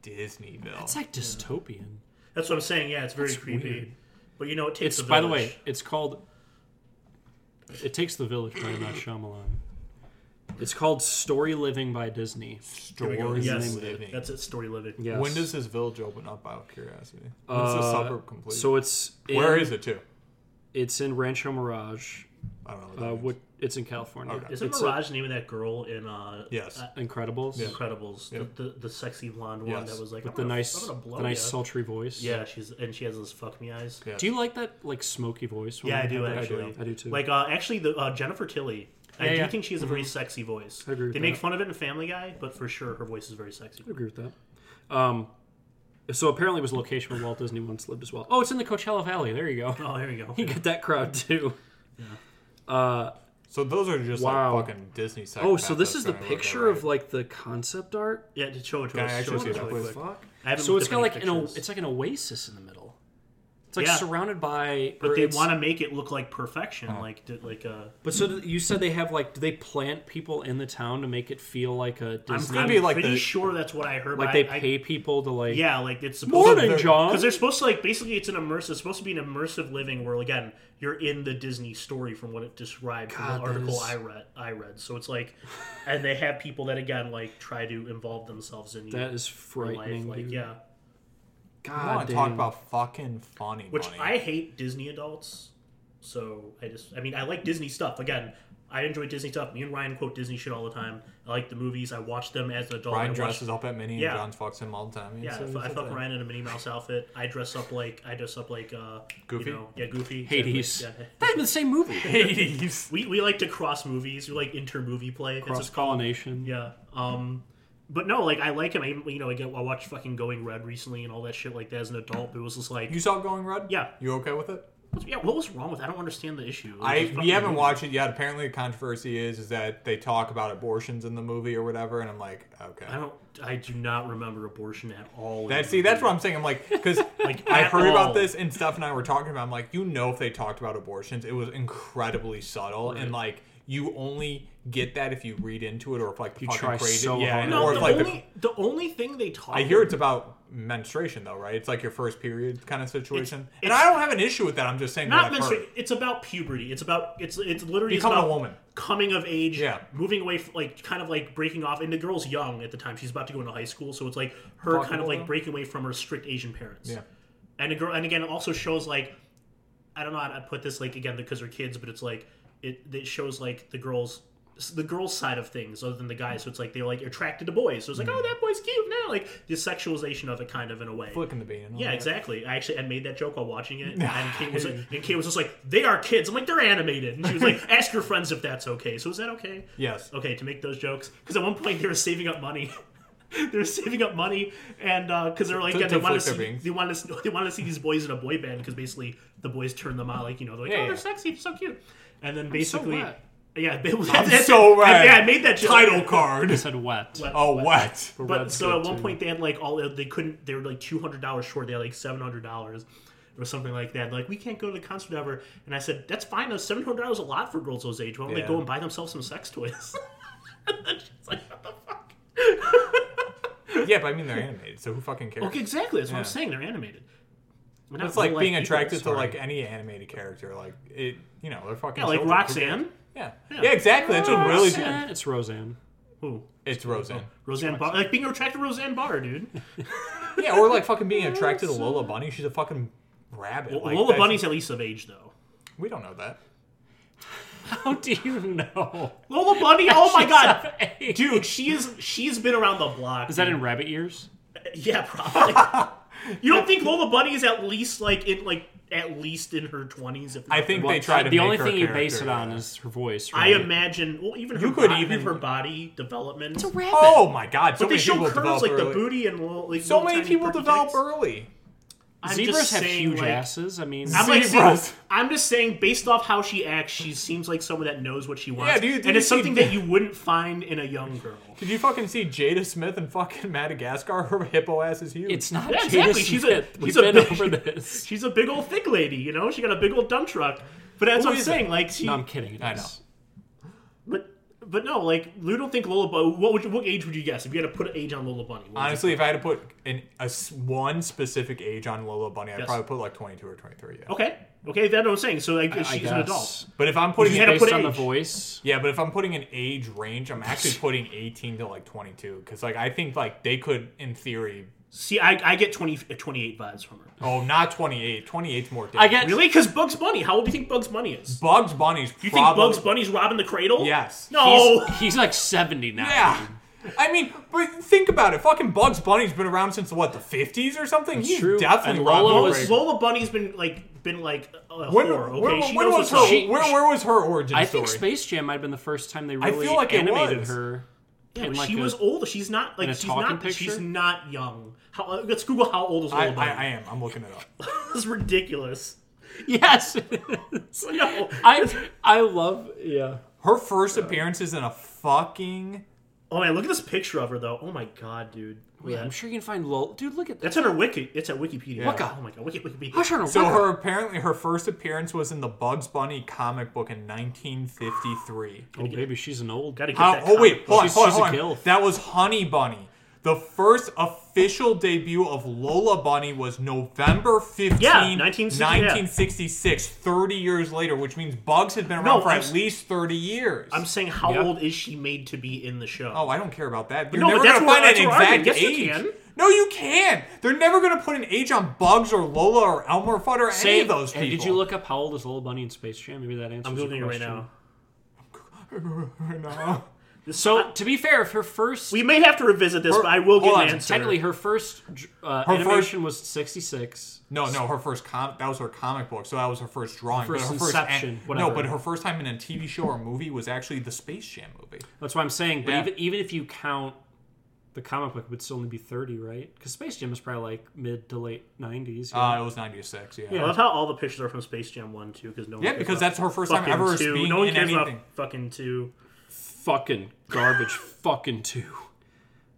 Disneyville. it's like dystopian. That's what I'm saying. Yeah, it's very That's creepy. weird. But you know, it takes. It's a by the village. way, it's called. It takes the village by M. Night Shyamalan. It's called Story Living by Disney. story Yes, living. that's it. Story living. Yes. When does this village open up? Out of curiosity, when's the Uh, suburb complete? So it's in, where is it too? It's in Rancho Mirage. I don't know. What that Uh, means. what it's in California. Okay. Isn't It's a- Mirage naming that girl in uh Yes. uh, Incredibles. Incredibles, the, the the sexy blonde one Yes. that was like With I'm the gonna- nice, I'm gonna blow the nice ya. sultry voice. Yeah, she's and she has those fuck me eyes. Yeah. Do you like that like smoky voice? when Yeah, I they do have that? actually. I do too. Like uh, actually, the uh, Jennifer Tilly. I Yeah, do yeah. think she has a very sexy voice. I agree with they make that. fun of it in Family Guy, but for sure her voice is very sexy. I agree with that. Um, so apparently it was a location where Walt Disney once lived as well. Oh, it's in the Coachella Valley. There you go. [LAUGHS] Oh, there you go. You get that crowd too. so those are just Wow. like fucking Disney. Oh, psychopaths so this that's is the gonna look at picture it, of like the concept art. [LAUGHS] Yeah, to show it to Can I us. Show actually it see to us that, really please? quick. I haven't So looked it's up got any like an o- pictures. it's like an oasis in the middle. It's like Yeah. surrounded by. But or they it's- Uh-huh. want to make it look like perfection, like did, like uh, But so th- you said they have like, do they plant people in the town to make it feel like a I'm, Disney? I'm be like pretty the- sure that's what I heard. like but they I- I- pay people to like. yeah, like it's supposed Morning, to they're- John. because they're supposed to like basically it's an immersive. It's supposed to be an immersive living where again you're in the Disney story from what it described from God, the that article is- I read. I read so it's like, and they have people that again like try to involve themselves in That is your frightening. life, like dude. yeah. I God want to talk damn. about fucking funny Which money. I hate Disney adults. So I just, I mean, I like Disney stuff. Again, I enjoy Disney stuff. Me and Ryan quote Disney shit all the time. I like the movies. I watch them as an adult. I Ryan watch- dresses up at Minnie Yeah. and John's fucks him all the time. Yeah, I I fuck Ryan in a Minnie Mouse outfit. I dress up like I dress up like uh, Goofy? You know, yeah, Goofy. exactly. Hades. Yeah. [LAUGHS] That's the same movie. Hades. We, we like to cross movies. We like inter movie play. That's Cross just- pollination. yeah. Um, but no, like I like him. I you know I, get, I watched fucking Going Red recently and all that shit like that as an adult. But it was just like You saw Going Red? Yeah. You okay with it? yeah, what was wrong with? It? I don't understand the issue. It was I just we fucking haven't movie. watched it yet. Apparently, the controversy is is that they talk about abortions in the movie or whatever, and I'm like, okay. I don't. I do not remember abortion at all. That see, that's what I'm saying. I'm like, because Like, I at heard all. about this, and Steph and I were talking about. it. I'm like, you know, if they talked about abortions, it was incredibly subtle, and like, you only get that if you read into it, or if like the You fucking try creative- so yeah, hard. and- No, or the if like the, only the, only thing they talk. I hear it's about menstruation though, right? It's like your first period kind of situation, and it's- I don't have an issue with that. I'm just saying not what I've heard. menstruation. It's about puberty. It's about it's it's literally it's Becoming a about woman. coming of age. Yeah. moving away, from, like kind of like breaking off. And the girl's young at the time; she's about to go into high school, so it's like her Fuckable, kind of like though. breaking away from her strict Asian parents. Yeah. and a girl, and again, it also shows like I don't know how to put this like again because they're kids, but it's like it it shows like the girls the girls side of things other than the guys so it's like they're like attracted to boys so it's Mm. like oh that boy's cute now like the sexualization of it kind of in a way Flicking the bean. and all yeah, that. exactly. I actually I made that joke while watching it, and Kate was like, [LAUGHS] and Kate was just like, "They are kids." I'm like, "They're animated." And she was like, "Ask your friends if that's okay." So is that okay? Yes. Okay, to make those jokes because at one point they were saving up money. [LAUGHS] they were saving up money, and because they were like, To- yeah, to they wanted to flick their see, wings. they wanted to, they wanted to see these boys in a boy band because basically the boys turned them on, like you know, they're like, Yeah, "Oh, yeah. they're sexy, so cute," and then basically. wet. yeah, [LAUGHS] it was- I'm so right. Yeah, I made that joke. title card. It said wet. Wet. [LAUGHS] Oh, [LAUGHS] what? But Red's so good, at one too. point they had like all they couldn't they were like two hundred dollars short. They had like seven hundred dollars or something like that. Like we can't go to the concert ever. And I said that's fine. though. Seven hundred dollars a lot for girls those age. Why don't they Yeah. go and buy themselves some sex toys? [LAUGHS] and then she's like, what the fuck? Yeah, but I mean they're animated, so who fucking cares? Okay, exactly. That's what I'm Yeah. saying. They're animated. We're not It's like real-life being people, attracted to sorry. like any animated character, like it. You know, they're fucking yeah, like children. Who Roxanne. Yeah. Yeah. yeah, exactly. That's Oh, what really. Roseanne. It's Roseanne. Who? [LAUGHS] It's Roseanne. Roseanne Barr. Like being attracted to Roseanne Barr, dude. Yeah, or like fucking being attracted to Lola Bunny. She's a fucking rabbit. Well, [LAUGHS] like, Lola that's- Bunny's at least of age though. We don't know that. How do you [LAUGHS] know? Lola Bunny. Oh [LAUGHS] my god. Is Dude, she is she's been around the block. that in rabbit ears? Yeah, probably. [LAUGHS] you don't think Lola Bunny is at least like in like at least in her twenties? If not I think more. they try to. the make only her thing you base character- it on is her voice. I Right? imagine. Well, even her You could body, even even- her body development. It's rabbit. Oh my god! So but they many show people curves develop like the early. booty and little, like So little many tiny people perky develop dicks. early. I'm Zebras just have saying, huge like, asses. I mean, I'm like, Zebras. saying- I'm just saying, based off how she acts, she seems like someone that knows what she wants, Yeah, do you- do and you it's something see- that you wouldn't find in a young girl. Did you fucking see Jada Smith in fucking Madagascar? [LAUGHS] Her hippo ass is huge. it's not Yeah, Jada exactly. She's a- Smith. We've she's a been bitch. over this. She's a big old thick lady, you know. She got a big old dump truck. But that's Who what I'm is it? saying. Like, she, No, I'm kidding. It I is. know. But but no, like you don't think Lola Bunny. What would you, what age would you guess if you had to put an age on Lola Bunny? what would you- Honestly, if I had to put an, a s- one specific age on Lola Bunny, I'd Yes. Oh. probably put like 22 or 23. Yeah. okay, okay, that's what I'm saying. So like I she's guess. an adult. But if I'm putting, You had to an put age- Based on the age. voice, yeah, but if I'm putting an age range, I'm actually putting 18 to like 22 because like I think like they could, in theory, See, I, I get 20, 28 vibes from her. oh not 28, 28's more. I get Really? Because Bugs Bunny. How old do you think Bugs Bunny is? Bugs Bunny's. You think probably, Bugs Bunny's robbing the cradle? Yes. No. He's, he's like 70 now. Yeah. I mean, but think about it. Fucking Bugs Bunny's been around since what the 50s or something. He's true. definitely And Lola robbed the was- [LAUGHS] grave. Lola Bunny's been like been like a When, whore. Okay, when, she when knows was what's her? up. she- where, where was her origin I story? think Space Jam might have been the first time they really feel like it animated was. her. [LAUGHS] Yeah, in, but like, she a- was older. She's not like in a she's talking not picture? she's not young. How, uh, let's Google how old is I, Lola I, Bunny. I am. I'm looking it up. this is ridiculous. [LAUGHS] Yes. No. [LAUGHS] I I love yeah. Her first appearance is in a fucking Oh man, look at this picture of her though. Oh my god, dude. Wait, I'm sure you can find Lola. Dude, look at that. That's on her wiki. It's at Wikipedia. Wicca. Oh my god, Wiki, Wikipedia. Hush on a So Wicca. her apparently her first appearance was in the Bugs Bunny comic book in 1953. Oh, baby, she's an old. Gotta get How, that. oh wait, comic book. hold on, She's- hold on, she's a hold on. gilf. That was Honey Bunny. The first official debut of Lola Bunny was November 15, Yeah, 1960, yeah. 1966, 30 years later, which means Bugs had been around No, for I'm at s- least 30 years. I'm saying, how Yeah. old is she made to be in the show? oh, I don't care about that. You're no, never but that's going to what- find an that's what I'm exact arguing. Yes, age. you can. No, you can. They're never going to put an age on Bugs or Lola or Elmer Fudd or any Say, of those people. Hey, did you [LAUGHS] look up how old is Lola Bunny in Space Jam? Maybe that answers I'm your googling it right question. now. no. So, Uh, to be fair, if her first We may have to revisit this, Her- but I will get hold an on, answer. Technically, her first uh, Her animation was 66. No, no, her first com that was her comic book, so that was her first drawing. First but her first inception, no, whatever. but her first time in a TV show or movie was actually the Space Jam movie. That's what I'm saying. But Yeah. even, even if you count the comic book, it would still only be 30, right? Because Space Jam is probably like mid to late 90s. yeah. Uh, it was '96, yeah. I love how all the pictures are from Space Jam One too, because no. One Yeah, cares because about that's her first time fucking ever two. being No one in cares anything. about fucking two. fucking garbage. [LAUGHS] fucking two.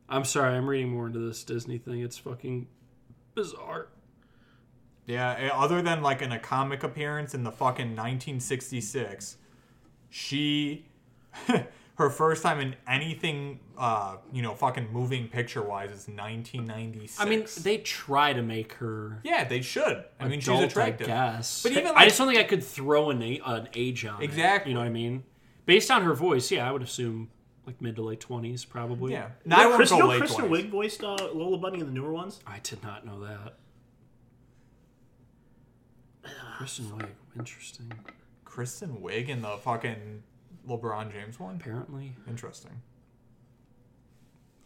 I'm sorry. I'm reading more into this Disney thing. It's fucking bizarre. Yeah, eh, other than like in a comic appearance in the fucking 1966, she [LAUGHS] her first time in anything, uh, you know, fucking moving picture wise is 1996. I mean, they try to make her. yeah, they should. I mean, she's adult, attractive. I guess. But even, I like- just don't think I could throw an, a- an age on it. Exactly. You know what I mean? Based on her voice, yeah, I would assume like mid to late 20s probably. Yeah, no, I won't Chris, go you know late Kristen 20s. Wiig voiced uh, Lola Bunny in the newer ones. I did not know that. Kristen Wiig, interesting. Kristen Wiig in the fucking LeBron James one. Apparently, Interesting.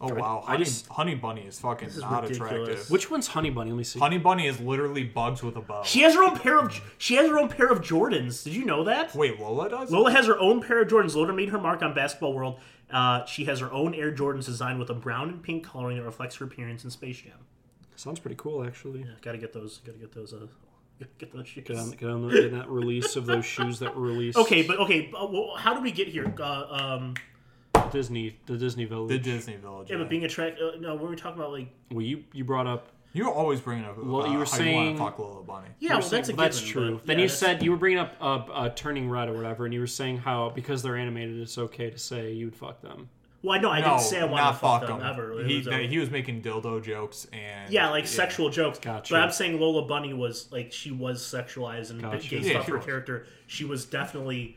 Oh wow, I Honey, just- Honey Bunny is fucking is not ridiculous. attractive. which one's Honey Bunny? Let me see. Honey Bunny is literally bugs with a bow. She has her own pair of she has her own pair of Jordans. Did you know that? Wait, Lola does? Lola has her own pair of Jordans. Lola made her mark on Basketball World. Uh, she has her own Air Jordans designed with a brown and pink coloring that reflects her appearance in Space Jam. Sounds pretty cool, actually. Yeah, gotta get those. Gotta get those. Uh, gotta get those shoes. Get on, get on the, get that release of those shoes that were released. Okay, but okay. But, well, how do we get here? Uh, um, Disney, the Disney Village. the Disney Village. yeah, yeah. but being attract. Uh, no, when we talking about like well, you you brought up. you always bring up Well, uh, you were how you saying- want to fuck Lola Bunny. yeah, you were well, saying- that's a that's given, true. but- then yeah, you that's- said you were bringing up uh, uh, Turning Red or whatever, and you were saying how because they're animated, it's okay to say you would fuck them. Well, I know I No, didn't say I wanted not to fuck fuck them, him. ever. It He, was, uh, that- he was making dildo jokes and yeah, like sexual jokes. Gotcha. But I'm saying Lola Bunny was like she was sexualized and Gotcha. based Yeah, off she her was. character, she was definitely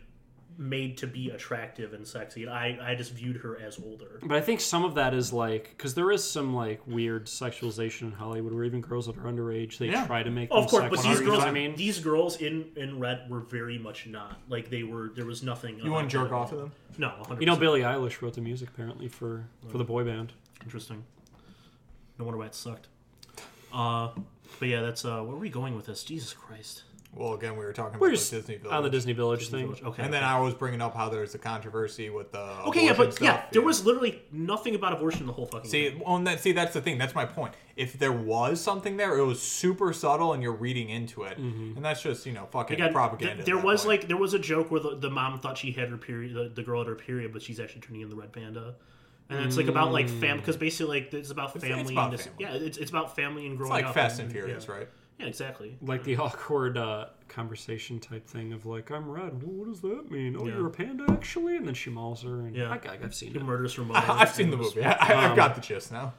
made to be attractive and sexy. And I I just viewed her as older. But I think some of that is like because there is some like weird sexualization in Hollywood where even girls that are underage they Yeah. try to make. Oh, of them course, but sexual. these you You know girls, what talking- I I mean, these girls in in red were very much not like they were. There was nothing. You wouldn't jerk off to them? No, 100%. you know, Billie Eilish wrote the music apparently for for the boy band. Interesting. No wonder why it sucked. Uh, but yeah, that's uh, where are we going with this? Jesus Christ! Well, again, we were talking We're about just the Disney Village. on the Disney Village thing. Okay. and then I was bringing up how there's a controversy with the okay, yeah, abortion but stuff. yeah, there was literally nothing about abortion in the whole fucking. thing. See, on that, see, that's the thing. That's my point. If there was something there, it was super subtle, and you're reading into it, and that's just you know fucking Mm-hmm. Again, propaganda. th- at there that was point. like there was a joke where the, the mom thought she had her period, the, the girl had her period, but she's actually turning in the red panda, and it's like about like fam because basically like it's about family. Mm. it's about and this, family. Yeah, it's, it's about family and growing It's like up. Fast and Furious, right? Yeah, exactly. like the awkward uh, conversation type thing of like, "I'm red. Well, what does that mean? Oh, you're a panda actually." And then she mauls her, and Yeah. I, I, I've seen The it. murders from [LAUGHS] I've seen the movie. I, I- Um, I've got the gist now.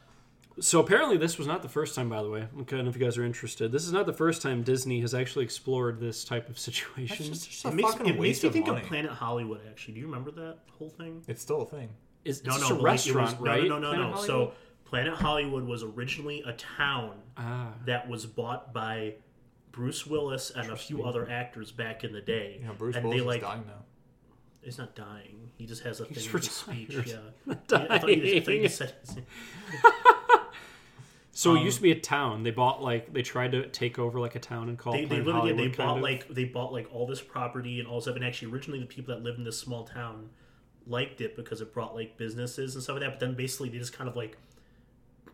So apparently, this was not the first time, by the way. I don't know if you guys are interested. This is not the first time Disney has actually explored this type of situation. It makes, it makes me think of Planet Hollywood. Actually, do you remember that whole thing? it's still a thing. Is No, it's no, just but, a like, it was- restaurant, right? No, no, no, no. Planet no. Hollywood? So Planet Hollywood was originally a town Uh-huh. ah, that was bought by Bruce Willis and a few other actors back in the day. You know, Bruce and Willis they like is dying now. he's not dying. He just has a He's thing with his speech. retired. Yeah. [LAUGHS] Dying. I thought you just- I thought you just said so it used um, to be a town. They bought like they tried to take over like a town and call they, it they Planet literally Hollywood. they kind bought of. like they bought like all this property and all stuff. And actually, originally the people that lived in this small town liked it because it brought like businesses and stuff like that. But then basically they just kind of like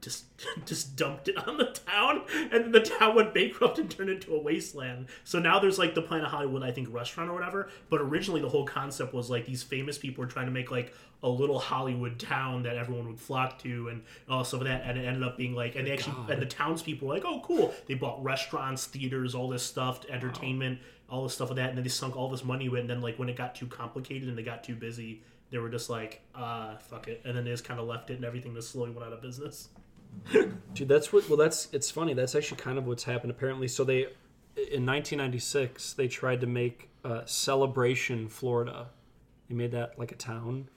just [LAUGHS] just dumped it on the town, and the town went bankrupt and turned into a wasteland. So now there's like the Planet Hollywood, I think, restaurant or whatever. But originally, the whole concept was like these famous people were trying to make like a little Hollywood town that everyone would flock to, and all some of that. And it ended up being like, and they actually, and the townspeople were like, oh, cool. They bought restaurants, theaters, all this stuff, entertainment, all this stuff of that, and then they sunk all this money into it. And then like when it got too complicated and they got too busy. They were just like, uh, fuck it. And then they just kind of left it and everything just slowly went out of business. Dude, that's what. Well, that's it's funny. That's actually kind of what's happened. Apparently, so they in 1996 they tried to make uh, Celebration, Florida. They made that like a town.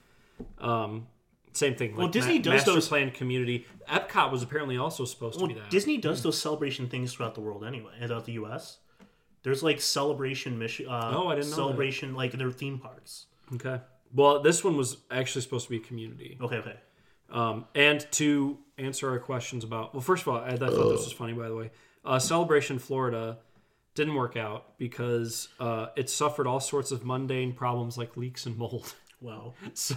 Um, same thing. Like Well, Disney does master those- planned community. Epcot was apparently also supposed Well, to be that. Disney does those celebration things throughout the world anyway, and throughout the U.S. There's like celebration mission. Uh, Oh, I didn't know that. celebration like their theme parks. okay. Well, this one was actually supposed to be a community. Okay, okay. Um, and to answer our questions about, well, first of all, I, I thought this was funny, by the way. Uh, Celebration Florida didn't work out because uh, it suffered all sorts of mundane problems like leaks and mold. [LAUGHS] Well, So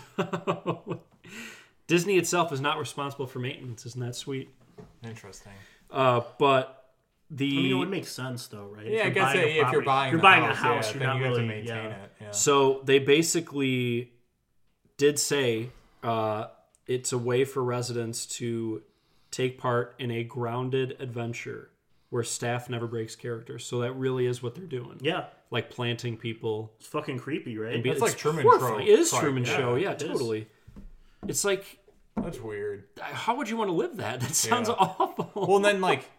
Disney itself is not responsible for maintenance. Isn't that sweet? Interesting. Uh, but the I mean, it would make sense though, right? Yeah, I guess that, if you're buying, you're the buying house, a house, yeah, you're then not you have really to maintain yeah. it. Yeah. So they basically did say uh, it's a way for residents to take part in a grounded adventure where staff never breaks character. So that really is what they're doing. Yeah, Like planting people. it's fucking creepy, right? That's like Truman horrifying. Show. It is Sorry, Truman yeah. Show. Yeah, is. totally. It's like, That's weird. how would you want to live that? [LAUGHS] That sounds Yeah. awful. [LAUGHS] Well, and then like,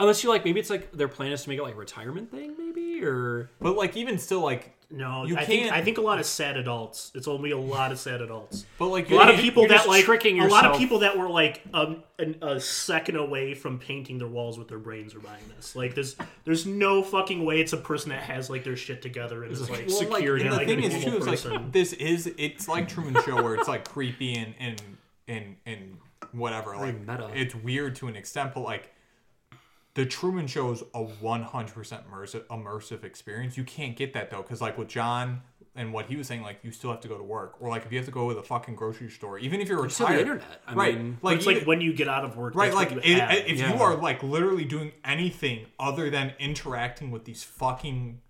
Unless you like, maybe it's like their plan is to make it like a retirement thing, maybe? Or. but like even still like, no, You I think can't- I think a lot of sad adults. It's only a lot of sad adults. but like a lot of you- people you're that just like tricking a lot of yourself. people that were like um, an, a second away from painting their walls with their brains are buying this. Like there's there's no fucking way it's a person that has like their shit together and is like like, secure. security. And Yeah, the like thing a is normal too is person. [LAUGHS] like this is it's like Truman Show where it's like creepy and and and and whatever like meta. it's weird to an extent, but like the Truman Show is a one hundred percent immersive immersive experience. You can't get that though because like with John and what he was saying, like you still have to go to work or like if you have to go to the fucking grocery store, even if you're still have retired, the internet. I right? mean- like it's like even- when you get out of work, Right, that's like what i- you have. if yeah. you are like literally doing anything other than interacting with these fucking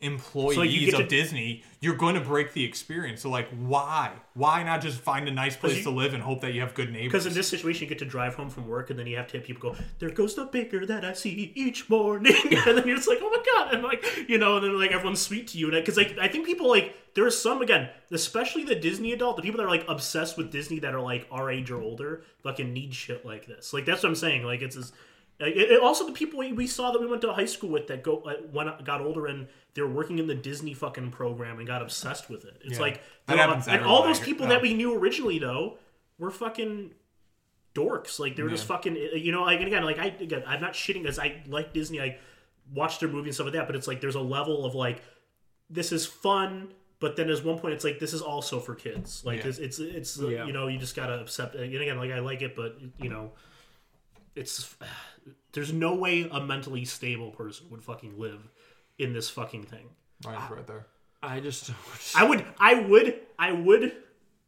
employees get of to- Disney, you're going to break the experience. So like, why? Why not just find a nice place you- to live and hope that you have good neighbors? Because in this situation, you get to drive home from work, and then you have to have people go, "There goes the baker that I see each morning," [LAUGHS] and then you're just like, "Oh my god!" And like, you know, and then like everyone's sweet to you, and because like I think people like there are some again, especially the Disney adult, the people that are like obsessed with Disney that are like our age or older, fucking need shit like this. Like that's what I'm saying. Like it's as like, it, it- also the people we, we saw that we went to high school with that go uh, went got older and they're working in the Disney fucking program and got obsessed with it. It's like they're That all- happens Oh. to and all everyone, those I- people yeah. that we knew originally though were fucking dorks. Like they were just fucking, uh, you know. Like and again, like I again, I'm not shitting because I like Disney. I watch their movie and stuff like that. But it's like there's a level of like this is fun, but then there's one point it's like this is also for kids. Like Yeah. it's it's it's Yeah. you know you just gotta accept. And again, like I like it, but you know, it's [SIGHS] there's no way a mentally stable person would fucking live in this fucking thing. Ryan's right there. I just. I would, I would, I would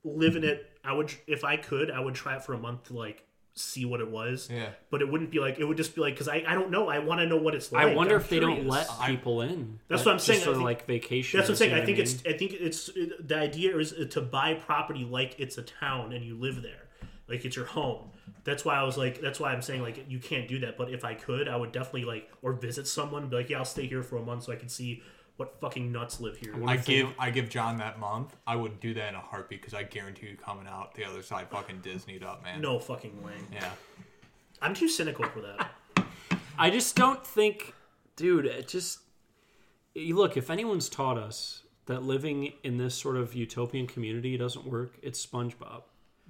live in it. I would, if I could, I would try it for a month to like see what it was. Yeah. But it wouldn't be like it would just be like because I, I don't know. I want to know what it's I like. wonder I'm if they don't curious. let people in. That's Like, what I'm just saying. I Sort of think- like vacation. That's what I'm saying. I think mean? it's, I think it's it, the idea is uh, to buy property like it's a town and you live there, like it's your home. That's why I was like, that's why I'm saying like you can't do that. But if I could, I would definitely like or visit someone, and be like, yeah, I'll stay here for a month so I can see what fucking nuts live here. I give I give John that month. I would do that in a heartbeat because I guarantee you coming out the other side fucking Disneyed up, man. No fucking way. Yeah. I'm too cynical for that. I just don't think, dude. It just you look. If anyone's taught us that living in this sort of utopian community doesn't work, it's SpongeBob.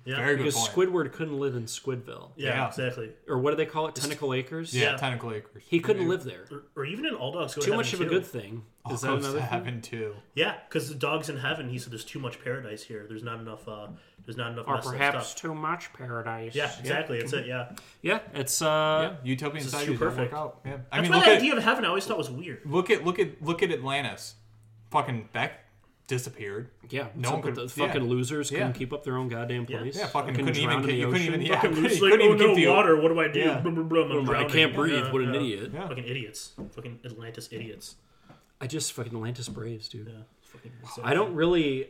Yeah. Very good Because point. Squidward couldn't live in Squidville, Yeah, Yeah. exactly. or what do they call it? Tentacle Acres. yeah, yeah. Tentacle Acres. he couldn't live there. Or, or even in All Dogs Go to Too much of Heaven a too. good thing. Is that Goes to another? thing? heaven too. Yeah, because the dogs in heaven, he said, "There's too much paradise here. There's not enough. uh There's not enough." Or messed up perhaps stuff. too much paradise. Yeah, exactly. That's it. Yeah. yeah. It's uh, Utopian is society too doesn't work perfect. out. Yeah. I That's mean, why look the [LAUGHS] at idea of heaven I always thought was weird. look at look at look at Atlantis. Fucking Beck disappeared. Yeah, no No one one could, could- the yeah. fucking losers couldn't Yeah. keep up their own goddamn place. Yeah, fucking couldn't even drown in get- the you couldn't ocean. even yeah, Fucking couldn't, loose, couldn't like, oh even keep no, the water. What do I do? Yeah. Blah, blah, blah, I'm I drowning. can't breathe. Yeah, What an yeah. idiot! Yeah. Fucking idiots. Fucking Atlantis idiots. I just fucking Atlantis Braves, dude. Yeah. Fucking I don't really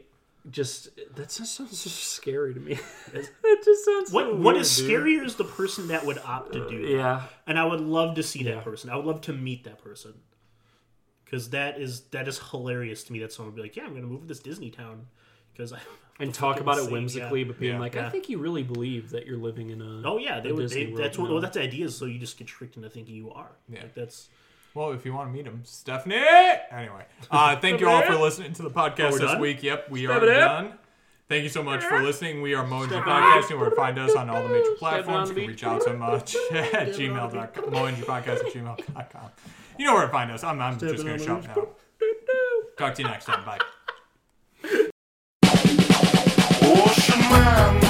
just that just sounds so scary to me. [LAUGHS] that just sounds so What What weird, is dude. scarier is the person that would opt to do that. Yeah, and I would love to see Yeah. that person. I would love to meet that person because that is that is hilarious to me. That someone would be like, "Yeah, I'm going to move to this Disney town because I." and talk about it insane, whimsically, yeah. but being Yeah. like, I Yeah. think you really believe that you're living in a. Oh yeah, they a would. Disney They, world that's what. now. Well, that's the idea. Is so you just get tricked into thinking you are. Yeah. Like, that's Well, if you want to meet him, Stephanie. Anyway, [LAUGHS] uh, thank you all for listening to the podcast we're this done? week. Yep, we are done. Thank you so much for listening. We are Moenji Podcast. You can find us on all the major platforms. You can reach out to [LAUGHS] us at gmail.com. Podcast at gmail.com. You know where to find us. I'm, I'm just going to shout now. Talk to you next time. Bye. Ocean man.